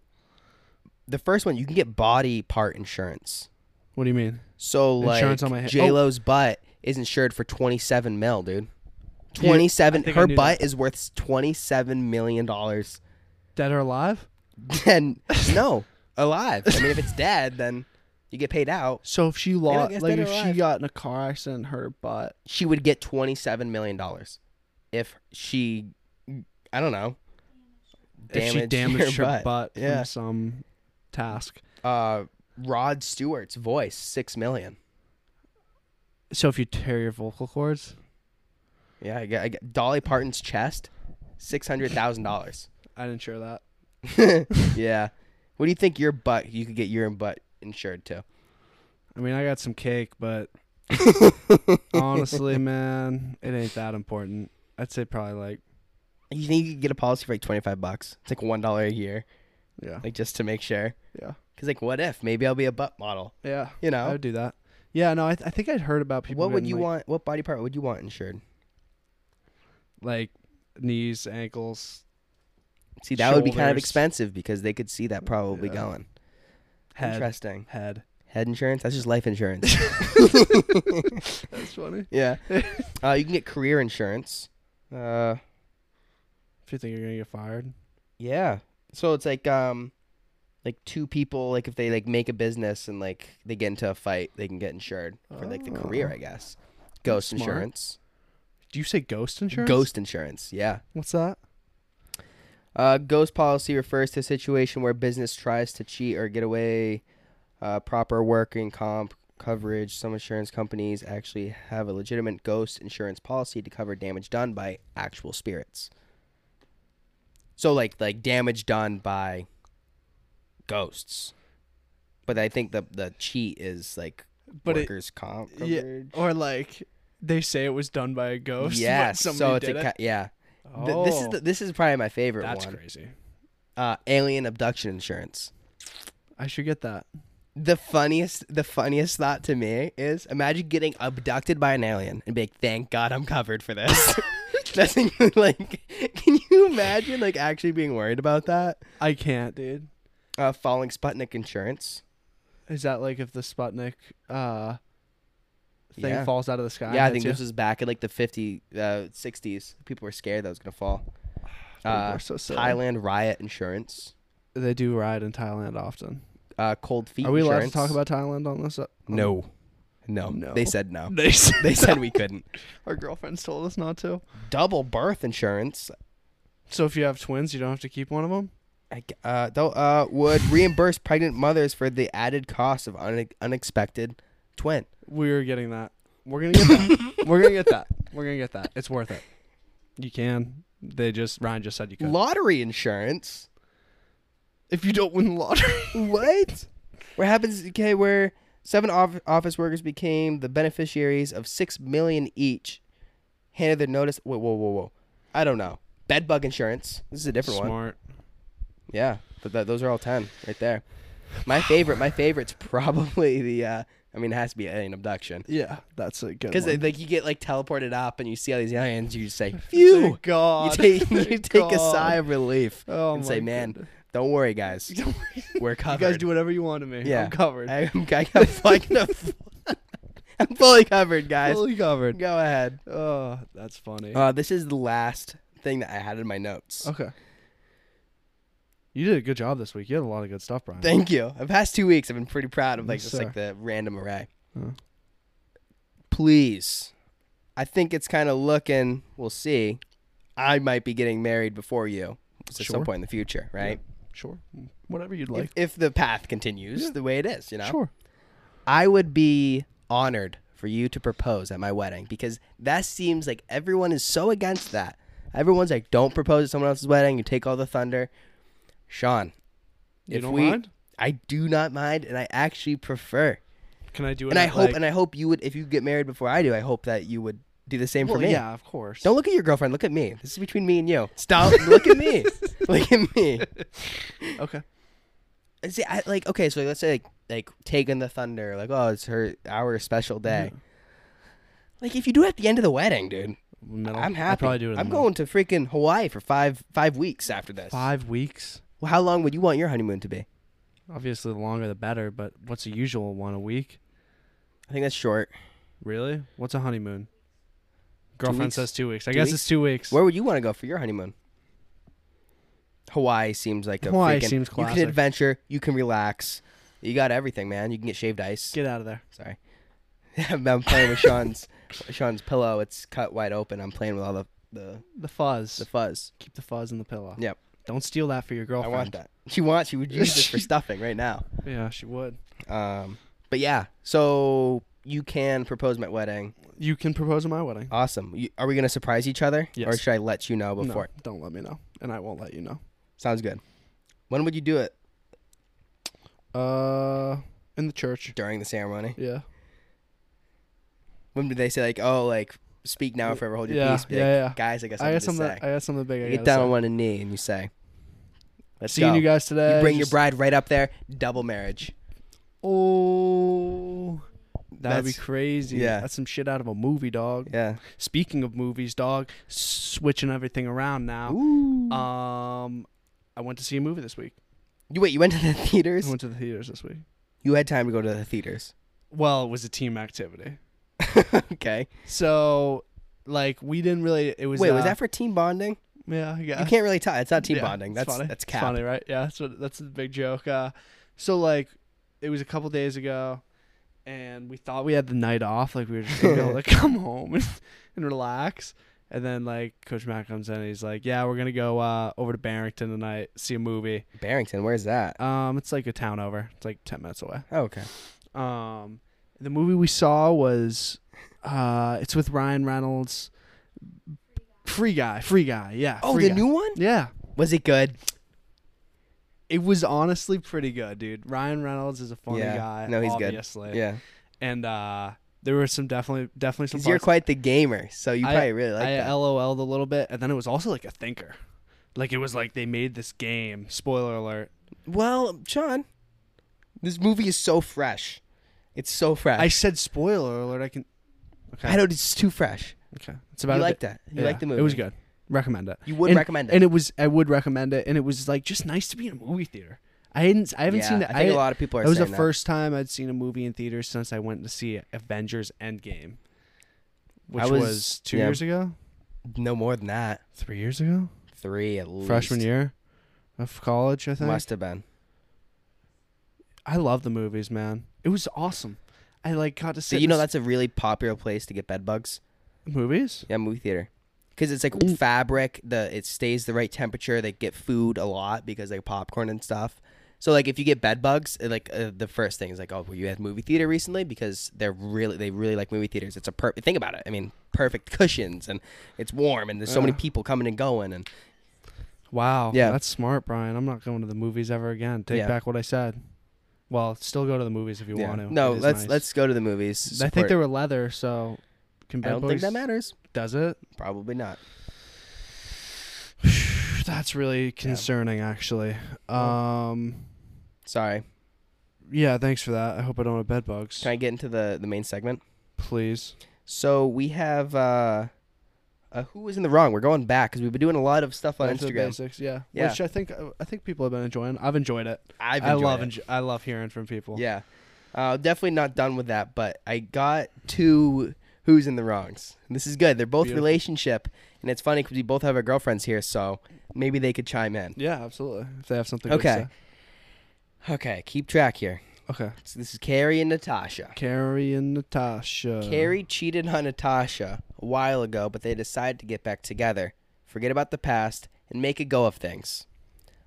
Speaker 2: the first one, you can get body part insurance.
Speaker 1: What do you mean?
Speaker 2: So like
Speaker 1: Insurance on my oh. head-
Speaker 2: J Lo's butt is insured for twenty seven mil, dude. Twenty seven.
Speaker 1: think I
Speaker 2: her
Speaker 1: knew
Speaker 2: butt is worth twenty seven million dollars. [laughs]
Speaker 1: Dead or alive? [laughs]
Speaker 2: Then no, alive. I mean, if it's dead, then you get paid out.
Speaker 1: So if she
Speaker 2: I
Speaker 1: lost,
Speaker 2: guess
Speaker 1: like
Speaker 2: dead or
Speaker 1: if she
Speaker 2: alive.
Speaker 1: got in a car accident, and hurt her butt.
Speaker 2: She would get twenty seven million dollars if she, I don't know,
Speaker 1: if she damaged her, butt,
Speaker 2: Yeah.
Speaker 1: from some task.
Speaker 2: Uh, Rod Stewart's voice six million.
Speaker 1: So if you tear your vocal cords,
Speaker 2: Yeah, I got, I got Dolly Parton's chest, six hundred thousand dollars. [laughs]
Speaker 1: I'd insure that.
Speaker 2: yeah. What do you think your butt? You could get your butt insured to.
Speaker 1: I mean, I got some cake,
Speaker 2: [laughs]
Speaker 1: but honestly, man, it ain't that important. I'd say probably like,
Speaker 2: You think you could get a policy for like twenty five bucks? It's like one dollar a year,
Speaker 1: yeah,
Speaker 2: like just to make sure.
Speaker 1: yeah,
Speaker 2: Cause like, what if? Maybe I'll be a butt model.
Speaker 1: yeah.
Speaker 2: You
Speaker 1: I
Speaker 2: know.
Speaker 1: would do that. Yeah, no, I, th- I think I'd heard about people.
Speaker 2: What would
Speaker 1: getting,
Speaker 2: you
Speaker 1: like,
Speaker 2: want? What body part would you want insured?
Speaker 1: Like knees, ankles,
Speaker 2: See, that would be kind of
Speaker 1: Shoulders.
Speaker 2: expensive because they could see that probably
Speaker 1: Yeah.
Speaker 2: going.
Speaker 1: head,
Speaker 2: Interesting.
Speaker 1: head.
Speaker 2: Head insurance? That's just
Speaker 1: [laughs]
Speaker 2: life insurance.
Speaker 1: That's funny.
Speaker 2: yeah.
Speaker 1: [laughs]
Speaker 2: Uh, you can get career insurance. Uh,
Speaker 1: If you think you're gonna get fired,
Speaker 2: yeah. So it's like um, like two people like if they like make a business and like they get into a fight, they can get insured for like the career,
Speaker 1: Oh.
Speaker 2: I guess. Ghost
Speaker 1: smart.
Speaker 2: insurance.
Speaker 1: do you say ghost insurance?
Speaker 2: Ghost insurance. Yeah.
Speaker 1: What's that?
Speaker 2: Uh, ghost policy refers to a situation where business tries to cheat or get away. Uh, proper working comp coverage. Some insurance companies actually have a legitimate ghost insurance policy to cover damage done by actual spirits. So like like damage done by ghosts. But I think the the cheat is like
Speaker 1: But it-
Speaker 2: workers comp
Speaker 1: Yeah,
Speaker 2: coverage.
Speaker 1: or like they say it was done by a ghost. [laughs] but
Speaker 2: yes, so
Speaker 1: somebody
Speaker 2: it's a
Speaker 1: did
Speaker 2: ca-
Speaker 1: it.
Speaker 2: yeah. Th- this is
Speaker 1: Oh,
Speaker 2: the, this is probably my favorite
Speaker 1: that's
Speaker 2: one.
Speaker 1: crazy.
Speaker 2: Uh, alien abduction insurance.
Speaker 1: I should get that.
Speaker 2: the funniest the funniest thought to me is imagine getting abducted by an alien and be like, thank God I'm covered
Speaker 1: [laughs]
Speaker 2: for this. [laughs] That's in- like can you imagine like actually being worried about that?
Speaker 1: I can't, dude.
Speaker 2: Uh falling Sputnik insurance.
Speaker 1: Is that like if the Sputnik uh thing
Speaker 2: Yeah.
Speaker 1: falls out of the sky? and
Speaker 2: yeah, I
Speaker 1: hits
Speaker 2: think
Speaker 1: you?
Speaker 2: this was back in like the 50 uh 60s. People were scared that was going
Speaker 1: [sighs]
Speaker 2: to fall. Uh,
Speaker 1: are so silly.
Speaker 2: Thailand riot insurance.
Speaker 1: they do ride in Thailand often.
Speaker 2: Uh cold feet
Speaker 1: Are we allowed to talk
Speaker 2: insurance.
Speaker 1: about Thailand on this? uh, on-
Speaker 2: No. No.
Speaker 1: No.
Speaker 2: They said no.
Speaker 1: [laughs] They said,
Speaker 2: They said we couldn't.
Speaker 1: our girlfriends told us not to.
Speaker 2: Double birth insurance.
Speaker 1: So if you have twins, you don't have to keep one of them.
Speaker 2: I g uh, though, uh, would reimburse pregnant mothers for the added cost of une- unexpected twin.
Speaker 1: We're getting that. We're gonna get
Speaker 2: [laughs]
Speaker 1: that. We're gonna get that. We're gonna get that. It's worth it. You can. They just Ryan just said you could.
Speaker 2: Lottery insurance.
Speaker 1: if you don't win the lottery.
Speaker 2: [laughs] What? What happens? Okay, where seven off- office workers became the beneficiaries of six million each, handed their notice. Whoa, whoa, whoa, whoa! I don't know. Bed bug insurance. This is a different one.
Speaker 1: Smart.
Speaker 2: Yeah, th- th- those are all ten right there. My favorite, my favorite's probably the. Uh, I mean, it has to be alien abduction
Speaker 1: Yeah, that's a good.
Speaker 2: because
Speaker 1: one.
Speaker 2: like you get like teleported up and you see all these aliens, you
Speaker 1: [laughs]
Speaker 2: just say, "Phew!"
Speaker 1: Phew. God. [laughs]
Speaker 2: You take [laughs] you
Speaker 1: Thank
Speaker 2: take a sigh
Speaker 1: God.
Speaker 2: of relief
Speaker 1: Oh,
Speaker 2: and say,
Speaker 1: my
Speaker 2: "Man,
Speaker 1: goodness.
Speaker 2: don't worry,
Speaker 1: [laughs]
Speaker 2: guys,
Speaker 1: Don't worry.
Speaker 2: we're
Speaker 1: you
Speaker 2: covered."
Speaker 1: guys
Speaker 2: [laughs]
Speaker 1: do whatever you want to me.
Speaker 2: Yeah.
Speaker 1: I'm covered.
Speaker 2: I'm, I got fucking. [laughs] I'm fully covered, guys.
Speaker 1: Fully covered.
Speaker 2: Go ahead.
Speaker 1: Oh, that's funny.
Speaker 2: Uh, this is the last thing that I had in my notes.
Speaker 1: okay. You did a good job this week. You had a lot of good stuff, Brian.
Speaker 2: Thank you. The past two weeks, I've been pretty proud of like
Speaker 1: Yes,
Speaker 2: just like the random array.
Speaker 1: Huh.
Speaker 2: Please, I think it's kind of looking. We'll see. I might be getting married before you at some
Speaker 1: Sure.
Speaker 2: point in the future, right?
Speaker 1: sure. Whatever you'd
Speaker 2: If-
Speaker 1: like.
Speaker 2: If, the path continues
Speaker 1: Yeah.
Speaker 2: the way it is, you know.
Speaker 1: Sure.
Speaker 2: I would be honored for you to propose at my wedding because that seems like everyone is so against that. Everyone's like, don't propose at someone else's wedding. You take all the thunder. Sean,
Speaker 1: You
Speaker 2: if
Speaker 1: don't
Speaker 2: we,
Speaker 1: mind?
Speaker 2: I do not mind, and I actually prefer.
Speaker 1: Can I do it?
Speaker 2: and I
Speaker 1: at,
Speaker 2: hope,
Speaker 1: like-
Speaker 2: and I hope you would, if you get married before I do, I hope that you would do the same
Speaker 1: well,
Speaker 2: for me.
Speaker 1: yeah, of course.
Speaker 2: Don't look at your girlfriend. Look at me. This is between me and you. Stop. look
Speaker 1: [laughs]
Speaker 2: at me. Look at me.
Speaker 1: Okay.
Speaker 2: See, I like okay. So let's say like, like taking the thunder. Like, oh, it's her our special day. Like, if you do it at the end of the wedding, dude,
Speaker 1: Middle.
Speaker 2: I'm happy.
Speaker 1: I'd probably do it. in the
Speaker 2: I'm
Speaker 1: middle.
Speaker 2: going to freaking Hawaii for five five weeks after this.
Speaker 1: five weeks.
Speaker 2: Well, how long would you want your honeymoon to be?
Speaker 1: Obviously, the longer the better. But what's a usual one a week?
Speaker 2: I think that's short.
Speaker 1: Really? What's a honeymoon? Girlfriend
Speaker 2: weeks?
Speaker 1: says two weeks. I
Speaker 2: Two
Speaker 1: guess
Speaker 2: weeks?
Speaker 1: it's two weeks.
Speaker 2: Where would you want to go for your honeymoon? Hawaii seems like a
Speaker 1: Hawaii
Speaker 2: freaking,
Speaker 1: seems
Speaker 2: You
Speaker 1: classic.
Speaker 2: can adventure. You can relax. You got everything, man. You can get shaved ice.
Speaker 1: Get out of there.
Speaker 2: Sorry. [laughs] I'm playing with Sean's [laughs] Sean's pillow. It's cut wide open. I'm playing with all the the,
Speaker 1: The fuzz.
Speaker 2: the fuzz.
Speaker 1: Keep the fuzz in the pillow.
Speaker 2: Yep.
Speaker 1: Don't steal that for your
Speaker 2: I
Speaker 1: girlfriend.
Speaker 2: want that. [laughs] She wants. She would use this
Speaker 1: [laughs]
Speaker 2: for stuffing right now.
Speaker 1: Yeah, she would.
Speaker 2: Um, but yeah. So you can propose my wedding.
Speaker 1: You can propose at my wedding.
Speaker 2: Awesome. You, are we gonna surprise each other?
Speaker 1: Yes.
Speaker 2: Or should I let you know before?
Speaker 1: No, don't let me know, and I won't let you know.
Speaker 2: Sounds good. When would you do it?
Speaker 1: Uh, in the church.
Speaker 2: During the ceremony?
Speaker 1: Yeah.
Speaker 2: When did they say like, oh, like speak now or forever hold your
Speaker 1: Yeah,
Speaker 2: peace? Be
Speaker 1: yeah,
Speaker 2: like,
Speaker 1: yeah.
Speaker 2: Guys, I guess
Speaker 1: I
Speaker 2: I
Speaker 1: got
Speaker 2: got to
Speaker 1: something.
Speaker 2: say.
Speaker 1: I got something big. I
Speaker 2: You get
Speaker 1: gotta
Speaker 2: down
Speaker 1: say.
Speaker 2: on one knee and you say, "Let's
Speaker 1: Seeing
Speaker 2: go."
Speaker 1: you guys today.
Speaker 2: You bring your
Speaker 1: just-
Speaker 2: bride right up there. Double marriage.
Speaker 1: Oh, that'd be
Speaker 2: That's-
Speaker 1: crazy.
Speaker 2: yeah.
Speaker 1: that's some shit out of a movie, dog.
Speaker 2: Yeah.
Speaker 1: Speaking of movies, dog, switching everything around now.
Speaker 2: Ooh.
Speaker 1: Um, I went to see a movie this week.
Speaker 2: you wait. You went to the [laughs]
Speaker 1: I
Speaker 2: theaters.
Speaker 1: went to the theaters this week.
Speaker 2: You had time to go to the theaters. [laughs]
Speaker 1: Well, it was a team activity,
Speaker 2: okay.
Speaker 1: so like we didn't really. It was
Speaker 2: wait, was
Speaker 1: uh,
Speaker 2: that for team bonding?
Speaker 1: yeah yeah.
Speaker 2: You can't really tell. It's not team
Speaker 1: Yeah,
Speaker 2: bonding.
Speaker 1: it's
Speaker 2: That's
Speaker 1: funny.
Speaker 2: that's
Speaker 1: It's
Speaker 2: cap.
Speaker 1: funny, right? Yeah, that's what, that's the big joke. Uh, so like, it was a couple days ago, and we thought we had the night off. Like we were just gonna be able
Speaker 2: [laughs]
Speaker 1: to come home and, and relax. And then like Coach Matt comes in, and he's like, "Yeah, we're gonna go uh, over to Barrington tonight, see a movie.
Speaker 2: Barrington, where's that?
Speaker 1: Um, it's like a town over. It's like ten minutes away.
Speaker 2: Oh, okay.
Speaker 1: Um, the movie we saw was, uh, it's with Ryan Reynolds. Free guy, free guy, yeah.
Speaker 2: Oh,
Speaker 1: Free
Speaker 2: the
Speaker 1: Guy.
Speaker 2: new one.
Speaker 1: yeah.
Speaker 2: Was it good?
Speaker 1: it was honestly pretty good, dude. Ryan Reynolds is a funny
Speaker 2: Yeah.
Speaker 1: guy.
Speaker 2: No, he's good.
Speaker 1: obviously.
Speaker 2: Yeah.
Speaker 1: And uh, there were some definitely definitely some
Speaker 2: Because you're
Speaker 1: parts
Speaker 2: quite the gamer, so you
Speaker 1: I-
Speaker 2: probably really like
Speaker 1: I
Speaker 2: that.
Speaker 1: LOL'd a little bit, and then it was also like a thinker. Like it was like they made this game. Spoiler alert.
Speaker 2: well, Sean, this movie is so fresh. It's so fresh.
Speaker 1: I said spoiler alert. I can. Okay.
Speaker 2: I don't. It's too fresh.
Speaker 1: okay. It's about
Speaker 2: you
Speaker 1: a
Speaker 2: like
Speaker 1: bit-
Speaker 2: that. You
Speaker 1: yeah,
Speaker 2: like the movie.
Speaker 1: It was good. Recommend it.
Speaker 2: You would
Speaker 1: And-
Speaker 2: recommend it.
Speaker 1: And it was. I would recommend it. And it was like just nice to be in a movie theater. I hadn't. I haven't
Speaker 2: Yeah,
Speaker 1: seen that.
Speaker 2: I think a lot of people are.
Speaker 1: That was the
Speaker 2: saying
Speaker 1: first time I'd seen a movie in theaters since I went to see Avengers Endgame, which
Speaker 2: I
Speaker 1: was,
Speaker 2: was-
Speaker 1: two
Speaker 2: yeah.
Speaker 1: years ago,
Speaker 2: No more than that.
Speaker 1: three years ago,
Speaker 2: Three at least.
Speaker 1: freshman year of college. I think
Speaker 2: Must have been.
Speaker 1: I love the movies, man. It was awesome. I like got to
Speaker 2: So
Speaker 1: see.
Speaker 2: you know that's a really popular place to get bed bugs.
Speaker 1: movies.
Speaker 2: Yeah, movie theater. Because it's like
Speaker 1: Ooh.
Speaker 2: fabric, the it stays the right temperature. They get food a lot because like popcorn and stuff. So like if you get bed bugs, it, like uh, the first thing is like, oh, were you at movie theater recently? Because they're really they really like movie theaters. It's a perfect think about it. I mean, perfect cushions and it's warm and there's so many
Speaker 1: Yeah.
Speaker 2: people coming and going and
Speaker 1: Wow.
Speaker 2: Yeah.
Speaker 1: That's smart, Brian. I'm not going to the movies ever again. Take
Speaker 2: Yeah.
Speaker 1: back what I said. Well, still go to the movies if you
Speaker 2: Yeah.
Speaker 1: want to.
Speaker 2: No,
Speaker 1: It is
Speaker 2: let's
Speaker 1: nice.
Speaker 2: let's go to the movies.
Speaker 1: I think
Speaker 2: Support-
Speaker 1: they were leather, so can
Speaker 2: I
Speaker 1: bed
Speaker 2: don't think
Speaker 1: bugs
Speaker 2: that matters.
Speaker 1: does it? [sighs]
Speaker 2: Probably not.
Speaker 1: That's really concerning, actually. Um,
Speaker 2: Sorry.
Speaker 1: yeah. Thanks for that. I hope I don't have bed bugs.
Speaker 2: Can I get into the the main segment?
Speaker 1: Please.
Speaker 2: So we have uh, uh who was in the wrong? We're going back because we've been doing a lot of stuff on
Speaker 1: Back to the
Speaker 2: Instagram.
Speaker 1: basics, yeah.
Speaker 2: Yeah.
Speaker 1: Which I think uh, I think people have been enjoying. I've enjoyed it.
Speaker 2: I've
Speaker 1: I love
Speaker 2: it.
Speaker 1: enjo- I love hearing from people.
Speaker 2: Yeah. Uh, definitely not done with that, but I got two who's in the wrongs. And This is good. They're both
Speaker 1: Beautiful.
Speaker 2: relationship, and it's funny because we both have our girlfriends here, so maybe they could chime in.
Speaker 1: Yeah, absolutely. If they have something.
Speaker 2: Okay.
Speaker 1: Good
Speaker 2: Okay, keep track here.
Speaker 1: to say. Okay.
Speaker 2: So this is Carrie and Natasha.
Speaker 1: Carrie and Natasha.
Speaker 2: Carrie cheated on Natasha a while ago, but they decided to get back together, forget about the past, and make a go of things.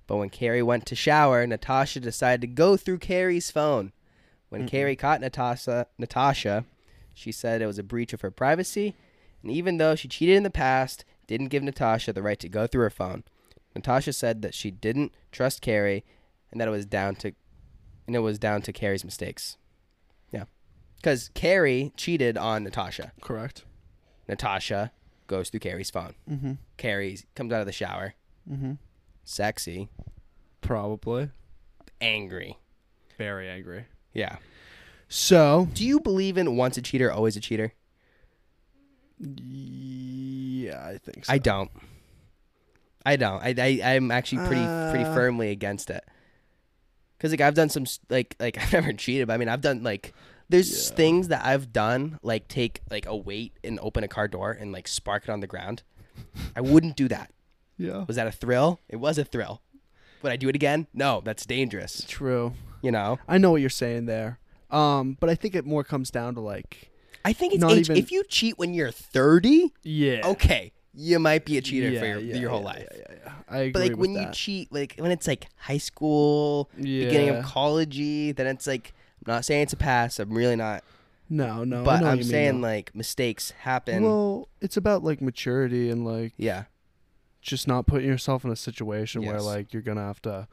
Speaker 2: But when Carrie went to shower, Natasha decided to go through Carrie's phone. When Carrie caught Natasha, Natasha, she said it was a breach of her privacy, and even though she cheated in the past, didn't give Natasha the right to go through her phone. Natasha said that she didn't trust Carrie, and that it was down to, and it was down to Carrie's mistakes. Yeah, because Carrie cheated on Natasha.
Speaker 1: Correct.
Speaker 2: Natasha goes through Carrie's phone.
Speaker 1: Mhm.
Speaker 2: Carrie comes out of the shower, Mm-hmm.
Speaker 1: Mhm.
Speaker 2: sexy,
Speaker 1: Probably.
Speaker 2: angry.
Speaker 1: Very angry.
Speaker 2: Yeah.
Speaker 1: So,
Speaker 2: Do you believe in once a cheater, always a cheater?
Speaker 1: yeah, I think so.
Speaker 2: I don't. I don't. I, I I'm actually pretty pretty
Speaker 1: Uh.
Speaker 2: firmly against it. Cause like I've done some s- like like [laughs] I've never cheated, but I mean I've done like there's
Speaker 1: Yeah.
Speaker 2: things that I've done like take like a weight and open a car door and like spark it on the ground. I wouldn't do that.
Speaker 1: yeah.
Speaker 2: Was that a thrill? It was a thrill. Would I do it again? No, that's dangerous.
Speaker 1: True.
Speaker 2: You know.
Speaker 1: I know what you're saying there. Um, but I think it more comes down to like
Speaker 2: I think it's
Speaker 1: Not
Speaker 2: age.
Speaker 1: even-
Speaker 2: If you cheat when you're 30,
Speaker 1: yeah.
Speaker 2: okay, you might be a cheater
Speaker 1: yeah,
Speaker 2: for your,
Speaker 1: yeah,
Speaker 2: your whole
Speaker 1: yeah,
Speaker 2: life.
Speaker 1: Yeah, yeah, yeah. I agree
Speaker 2: But like
Speaker 1: with
Speaker 2: when you
Speaker 1: that.
Speaker 2: cheat, like when it's like high school, beginning
Speaker 1: Yeah.
Speaker 2: of collegey, then it's like I'm not saying it's a pass. I'm really not.
Speaker 1: no, no. I
Speaker 2: but
Speaker 1: know what
Speaker 2: I'm
Speaker 1: you mean,
Speaker 2: saying
Speaker 1: though.
Speaker 2: like mistakes happen.
Speaker 1: well, it's about like maturity and like
Speaker 2: yeah,
Speaker 1: just not putting yourself in a situation where
Speaker 2: Yes.
Speaker 1: like you're gonna have to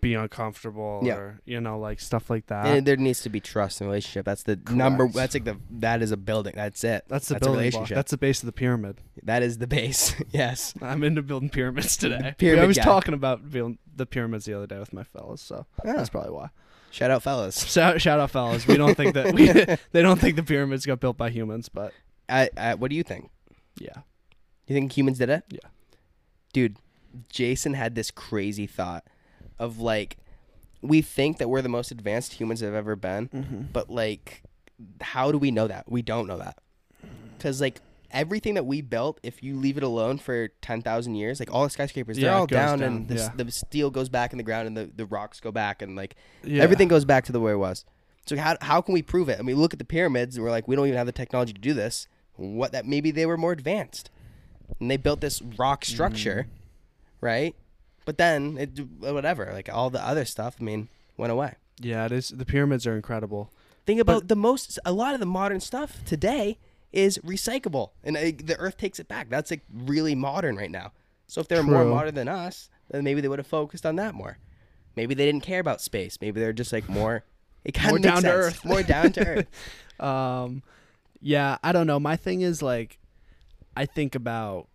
Speaker 1: be uncomfortable
Speaker 2: Yeah.
Speaker 1: or you know like stuff like that.
Speaker 2: and there needs to be trust in a relationship. That's the number.
Speaker 1: Correct.
Speaker 2: That's like the that is a building. That's it.
Speaker 1: that's the
Speaker 2: a
Speaker 1: building block.
Speaker 2: relationship.
Speaker 1: That's the base of the pyramid. [laughs]
Speaker 2: That is the base. [laughs] yes.
Speaker 1: I'm into building
Speaker 2: [laughs]
Speaker 1: pyramids today.
Speaker 2: pyramid
Speaker 1: I was
Speaker 2: guy.
Speaker 1: talking about building the pyramids the other day with my fellas, so that's probably why.
Speaker 2: Shout out, fellas.
Speaker 1: Shout, shout out, fellas. We don't think
Speaker 2: [laughs]
Speaker 1: that we, they don't think the pyramids got built by humans, but
Speaker 2: I, I, what do you think?
Speaker 1: yeah,
Speaker 2: You think humans did it?
Speaker 1: Yeah.
Speaker 2: Dude, Jason had this crazy thought of like, we think that we're the most advanced humans have ever been,
Speaker 1: Mm-hmm.
Speaker 2: but like, how do we know that? We don't know that. Because like, everything that we built, if you leave it alone for 10,000 years, like all the skyscrapers, they're
Speaker 1: Yeah, it
Speaker 2: all
Speaker 1: goes
Speaker 2: down,
Speaker 1: down,
Speaker 2: and the, s- the steel goes back in the ground and the, the rocks go back and like
Speaker 1: yeah.
Speaker 2: everything goes back to the way it was. So how, how can we prove it? I mean, look at the pyramids, and we're like, we don't even have the technology to do this. What that maybe they were more advanced, and they built this rock
Speaker 1: Mm-hmm.
Speaker 2: structure, right? But then it whatever, like all the other stuff. I mean, went away.
Speaker 1: Yeah, it is. The pyramids are incredible.
Speaker 2: Think about the most. A lot of the modern stuff today is recyclable, and uh, the Earth takes it back. That's like really modern right now. So if they're more
Speaker 1: True.
Speaker 2: modern than us, then maybe they would have focused on that more. Maybe they didn't care about space. Maybe they're just like more. It kind
Speaker 1: More
Speaker 2: of
Speaker 1: down to earth.
Speaker 2: More down to
Speaker 1: [laughs]
Speaker 2: earth.
Speaker 1: Um, yeah, I don't know. My thing is like, I think about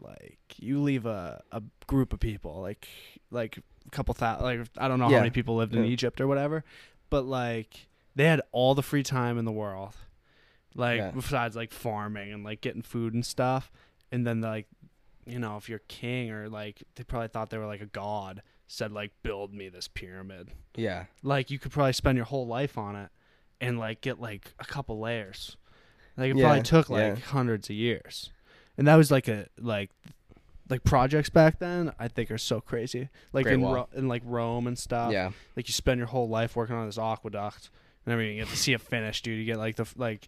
Speaker 1: like you leave a, a group of people like like a couple thousand like I don't know
Speaker 2: Yeah.
Speaker 1: how many people lived in
Speaker 2: Yeah.
Speaker 1: Egypt or whatever, but like they had all the free time in the world, like
Speaker 2: Yeah.
Speaker 1: besides like farming and like getting food and stuff, and then like you know if you're king or like they probably thought they were like a god said like build me this pyramid
Speaker 2: Yeah.
Speaker 1: like you could probably spend your whole life on it and like get like a couple layers like it
Speaker 2: Yeah,
Speaker 1: probably took
Speaker 2: yeah.
Speaker 1: like hundreds of years and that was like a like like projects back then i think are so crazy like
Speaker 2: Great
Speaker 1: in,
Speaker 2: Wall.
Speaker 1: Ro- in like rome and stuff
Speaker 2: Yeah.
Speaker 1: like you spend your whole life working on this aqueduct and I mean, you get to see it finished, dude. You get like the f- like,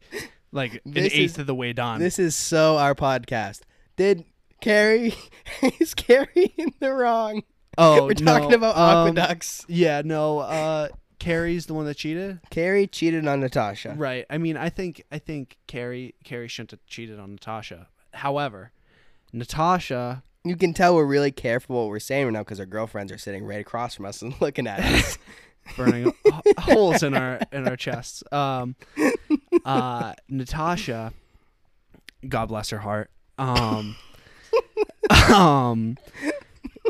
Speaker 1: like an
Speaker 2: This
Speaker 1: eighth
Speaker 2: is-
Speaker 1: of the way done.
Speaker 2: This is so our podcast. Did Carrie [laughs] is Carrie in the wrong?
Speaker 1: oh,
Speaker 2: [laughs] We're talking
Speaker 1: no,
Speaker 2: about
Speaker 1: um,
Speaker 2: aqueducts.
Speaker 1: yeah, no. Uh, Carrie's the one that cheated.
Speaker 2: Carrie cheated on Natasha.
Speaker 1: Right. I mean, I think I think Carrie Carrie shouldn't have cheated on Natasha. However, Natasha
Speaker 2: You can tell we're really careful what we're saying right now because our girlfriends are sitting right across from us [laughs] and looking
Speaker 1: [laughs]
Speaker 2: at us.
Speaker 1: burning h- [laughs] holes in our in our chests. Um, uh, Natasha, God bless her heart. Um, [laughs] um,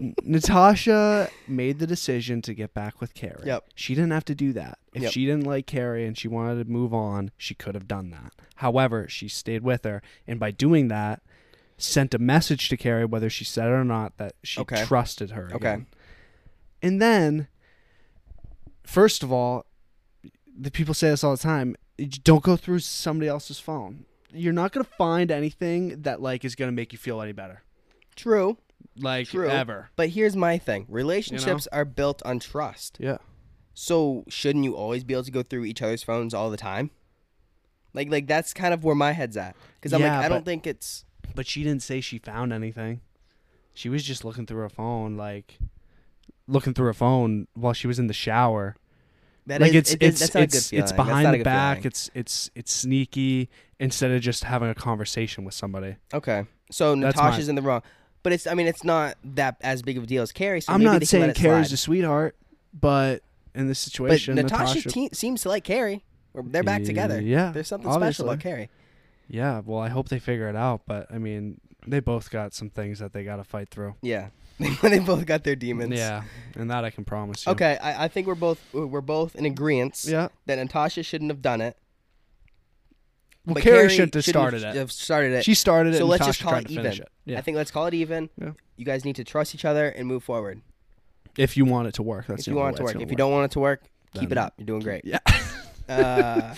Speaker 1: N- Natasha made the decision to get back with Carrie.
Speaker 2: Yep.
Speaker 1: She didn't have to do that. If
Speaker 2: Yep.
Speaker 1: she didn't like Carrie and she wanted to move on, she could have done that. However, she stayed with her, and by doing that, sent a message to Carrie, whether she said it or not, that she
Speaker 2: Okay.
Speaker 1: trusted her.
Speaker 2: Okay.
Speaker 1: again. And then, first of all, the people say this all the time: you don't go through somebody else's phone. You're not gonna find anything that like is gonna make you feel any better,
Speaker 2: True.
Speaker 1: like
Speaker 2: True.
Speaker 1: ever.
Speaker 2: But here's my thing relationships are built on trust.
Speaker 1: Yeah.
Speaker 2: So shouldn't you always be able to go through each other's phones all the time? Like, like that's kind of where my head's at. Because I'm
Speaker 1: Yeah,
Speaker 2: like, I don't
Speaker 1: but-
Speaker 2: think it's.
Speaker 1: But she didn't say she found anything. She was just looking through her phone, like looking through her phone while she was in the shower.
Speaker 2: That
Speaker 1: like
Speaker 2: is-
Speaker 1: it's
Speaker 2: it is-
Speaker 1: it's
Speaker 2: that's not a
Speaker 1: it's,
Speaker 2: good
Speaker 1: it's,
Speaker 2: feeling. That's
Speaker 1: behind
Speaker 2: not a
Speaker 1: the
Speaker 2: good
Speaker 1: back.
Speaker 2: feeling.
Speaker 1: It's it's it's sneaky instead of just having a conversation with somebody.
Speaker 2: Okay. So
Speaker 1: That's
Speaker 2: Natasha's in the wrong. But it's, I mean, it's not that as big of a deal as Carrie. So
Speaker 1: I'm
Speaker 2: maybe
Speaker 1: not
Speaker 2: they can let
Speaker 1: saying
Speaker 2: it
Speaker 1: Carrie's
Speaker 2: slide.
Speaker 1: a sweetheart, but in this
Speaker 2: But
Speaker 1: situation,
Speaker 2: Natasha, te- seems to like Carrie. Or They're back together.
Speaker 1: Yeah,
Speaker 2: There's something special
Speaker 1: obviously.
Speaker 2: about Carrie.
Speaker 1: Yeah, well, I hope they figure it out, but I mean, they both got some things that they got to fight through.
Speaker 2: Yeah. [laughs] they both got their demons.
Speaker 1: Yeah, and that I can promise you.
Speaker 2: Okay, I, I think we're both we're both in agreement
Speaker 1: Yeah.
Speaker 2: that Natasha shouldn't have done it.
Speaker 1: Well,
Speaker 2: but
Speaker 1: Carrie,
Speaker 2: Carrie
Speaker 1: shouldn't have
Speaker 2: shouldn't
Speaker 1: started it.
Speaker 2: Have started it.
Speaker 1: She started it.
Speaker 2: so
Speaker 1: and
Speaker 2: let's just
Speaker 1: Tasha
Speaker 2: call
Speaker 1: tried
Speaker 2: it
Speaker 1: to finish
Speaker 2: even.
Speaker 1: it. Yeah,
Speaker 2: I think let's call it even.
Speaker 1: Yeah.
Speaker 2: You guys need to trust each other and move forward.
Speaker 1: if you want it to work, that's
Speaker 2: if
Speaker 1: the
Speaker 2: you
Speaker 1: only
Speaker 2: want it to
Speaker 1: way it's
Speaker 2: work, if
Speaker 1: gonna
Speaker 2: you don't want it to work, keep
Speaker 1: Then-
Speaker 2: it up. You're doing great.
Speaker 1: Yeah.
Speaker 2: [laughs] uh,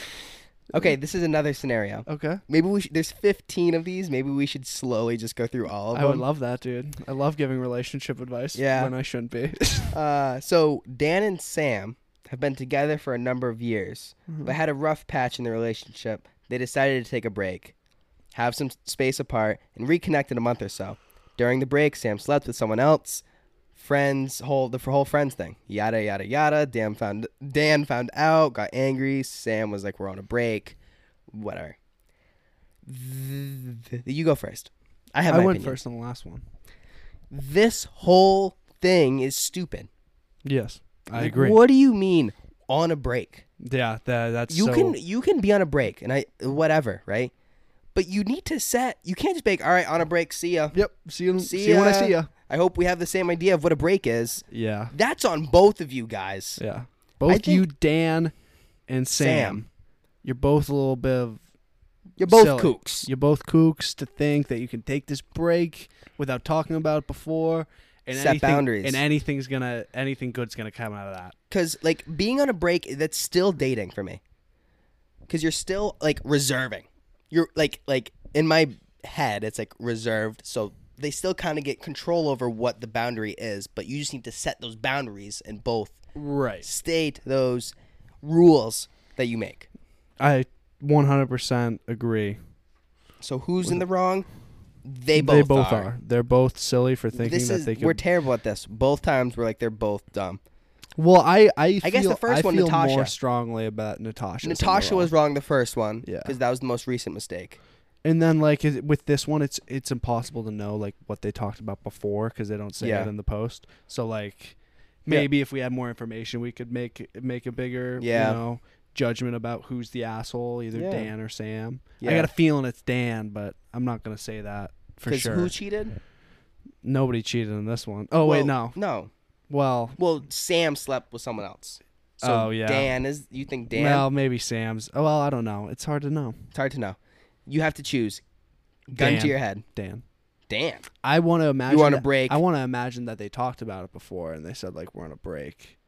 Speaker 2: okay, this is another scenario.
Speaker 1: Okay.
Speaker 2: Maybe we should, there's 15 of these. Maybe we should slowly just go through all of
Speaker 1: I
Speaker 2: them.
Speaker 1: would love that, dude. I love giving relationship advice
Speaker 2: Yeah.
Speaker 1: when I shouldn't be.
Speaker 2: Uh, so Dan and Sam have been together for a number of years,
Speaker 1: Mm-hmm.
Speaker 2: but had a rough patch in their relationship. They decided to take a break, have some s- space apart, and reconnect in a month or so. During the break, Sam slept with someone else. Friends, whole the whole friends thing, yada yada yada. Dan found Dan found out, got angry. Sam was like, "We're on a break, whatever." Th- th- You go first. I have.
Speaker 1: I
Speaker 2: my
Speaker 1: went
Speaker 2: opinion.
Speaker 1: first on the last one.
Speaker 2: This whole thing is stupid.
Speaker 1: Yes, I
Speaker 2: Like,
Speaker 1: agree.
Speaker 2: What do you mean on a break?
Speaker 1: Yeah, tha- that's
Speaker 2: You
Speaker 1: so-
Speaker 2: can you can be on a break and I whatever, right? But you need to set. You can't just be like, all right, on a break. See ya.
Speaker 1: Yep. See you.
Speaker 2: See
Speaker 1: See, you when I
Speaker 2: ya.
Speaker 1: see you.
Speaker 2: I hope we have the same idea of what a break is.
Speaker 1: Yeah.
Speaker 2: That's on both of you guys.
Speaker 1: Yeah. Both
Speaker 2: think-
Speaker 1: you, Dan, and Sam,
Speaker 2: Sam.
Speaker 1: you're both a little bit of
Speaker 2: You're both
Speaker 1: Silly.
Speaker 2: kooks.
Speaker 1: you're both kooks to think that you can take this break without talking about it before. And
Speaker 2: Set
Speaker 1: anything,
Speaker 2: boundaries.
Speaker 1: And anything's gonna anything good's gonna come out of that.
Speaker 2: Because like being on a break, that's still dating for me. Because you're still like reserving. You're like like in my head, it's like reserved. So they still kind of get control over what the boundary is, but you just need to set those boundaries in both
Speaker 1: Right.
Speaker 2: state those rules that you make.
Speaker 1: I 100% agree.
Speaker 2: So who's in the wrong? They both,
Speaker 1: they both
Speaker 2: are.
Speaker 1: They're both silly for thinking
Speaker 2: This
Speaker 1: that
Speaker 2: is
Speaker 1: they
Speaker 2: we're
Speaker 1: could.
Speaker 2: terrible at this. Both times we're like they're both dumb.
Speaker 1: well, I I,
Speaker 2: I guess the
Speaker 1: feel-
Speaker 2: first
Speaker 1: I
Speaker 2: one,
Speaker 1: feel
Speaker 2: Natasha.
Speaker 1: more strongly about Natasha.
Speaker 2: Natasha was wrong the first one
Speaker 1: Yeah.
Speaker 2: because that was the most recent mistake.
Speaker 1: And then like is, with this one, it's it's impossible to know like what they talked about before because they don't say
Speaker 2: Yeah.
Speaker 1: it in the post. So like
Speaker 2: Yeah.
Speaker 1: maybe if we had more information, we could make make a bigger
Speaker 2: Yeah.
Speaker 1: you know judgment about who's the asshole, either
Speaker 2: Yeah.
Speaker 1: Dan or Sam.
Speaker 2: Yeah.
Speaker 1: I got a feeling it's Dan, but I'm not gonna say that for sure.
Speaker 2: who cheated?
Speaker 1: Nobody cheated in this one. Oh wait, no.
Speaker 2: Well, no.
Speaker 1: Well,
Speaker 2: Well, Sam slept with someone else. So
Speaker 1: Oh, yeah.
Speaker 2: Dan is. You think Dan?
Speaker 1: well maybe Sam's. Oh well, I don't know. It's hard to know.
Speaker 2: It's hard to know. You have to choose. Gun
Speaker 1: Dan.
Speaker 2: to your head.
Speaker 1: Dan.
Speaker 2: Dan.
Speaker 1: I want to imagine.
Speaker 2: on a
Speaker 1: that-
Speaker 2: break.
Speaker 1: I want to imagine that they talked about it before and they said like we're on a break.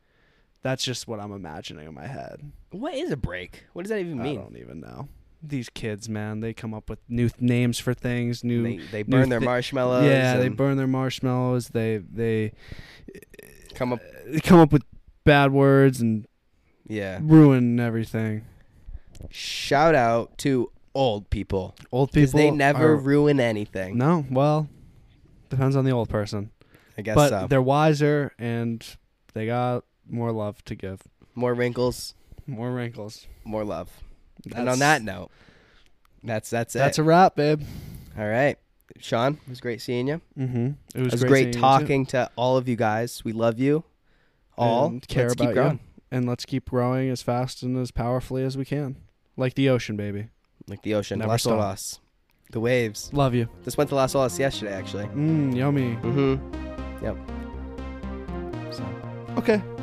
Speaker 1: That's just what I'm imagining in my head.
Speaker 2: What is a break? What does that even
Speaker 1: I,
Speaker 2: mean?
Speaker 1: don't even know. These kids, man, they come up with new th- names for things. New,
Speaker 2: They, they
Speaker 1: new
Speaker 2: burn their
Speaker 1: thi-
Speaker 2: marshmallows.
Speaker 1: Yeah, they
Speaker 2: and
Speaker 1: burn their marshmallows. They they
Speaker 2: come up.
Speaker 1: they come up with bad words and
Speaker 2: Yeah.
Speaker 1: ruin everything.
Speaker 2: Shout out to old people
Speaker 1: Old
Speaker 2: because
Speaker 1: people.
Speaker 2: they never
Speaker 1: are-
Speaker 2: ruin anything.
Speaker 1: no, well, depends on the old person.
Speaker 2: I guess uh,
Speaker 1: but
Speaker 2: so.
Speaker 1: they're wiser and they got more love to give,
Speaker 2: More wrinkles,
Speaker 1: more wrinkles.
Speaker 2: more love. and
Speaker 1: That's-
Speaker 2: on that note, that's that's it.
Speaker 1: That's a wrap, babe.
Speaker 2: All right. Sean, it was great seeing you.
Speaker 1: Mm-hmm. It
Speaker 2: It
Speaker 1: was,
Speaker 2: was,
Speaker 1: great,
Speaker 2: great,
Speaker 1: seeing you too.
Speaker 2: talking to all of you guys. We love you all.
Speaker 1: And care
Speaker 2: Let's
Speaker 1: about
Speaker 2: keep
Speaker 1: you.
Speaker 2: growing.
Speaker 1: and let's keep growing as fast and as powerfully as we can, like the ocean, baby.
Speaker 2: Like the ocean,
Speaker 1: Never
Speaker 2: Las
Speaker 1: stop.
Speaker 2: Olas, the waves.
Speaker 1: Love you.
Speaker 2: This went to Las Olas Mm, yesterday, actually.
Speaker 1: Mm, yummy.
Speaker 2: Mm-hmm. Yep. So.
Speaker 1: Okay.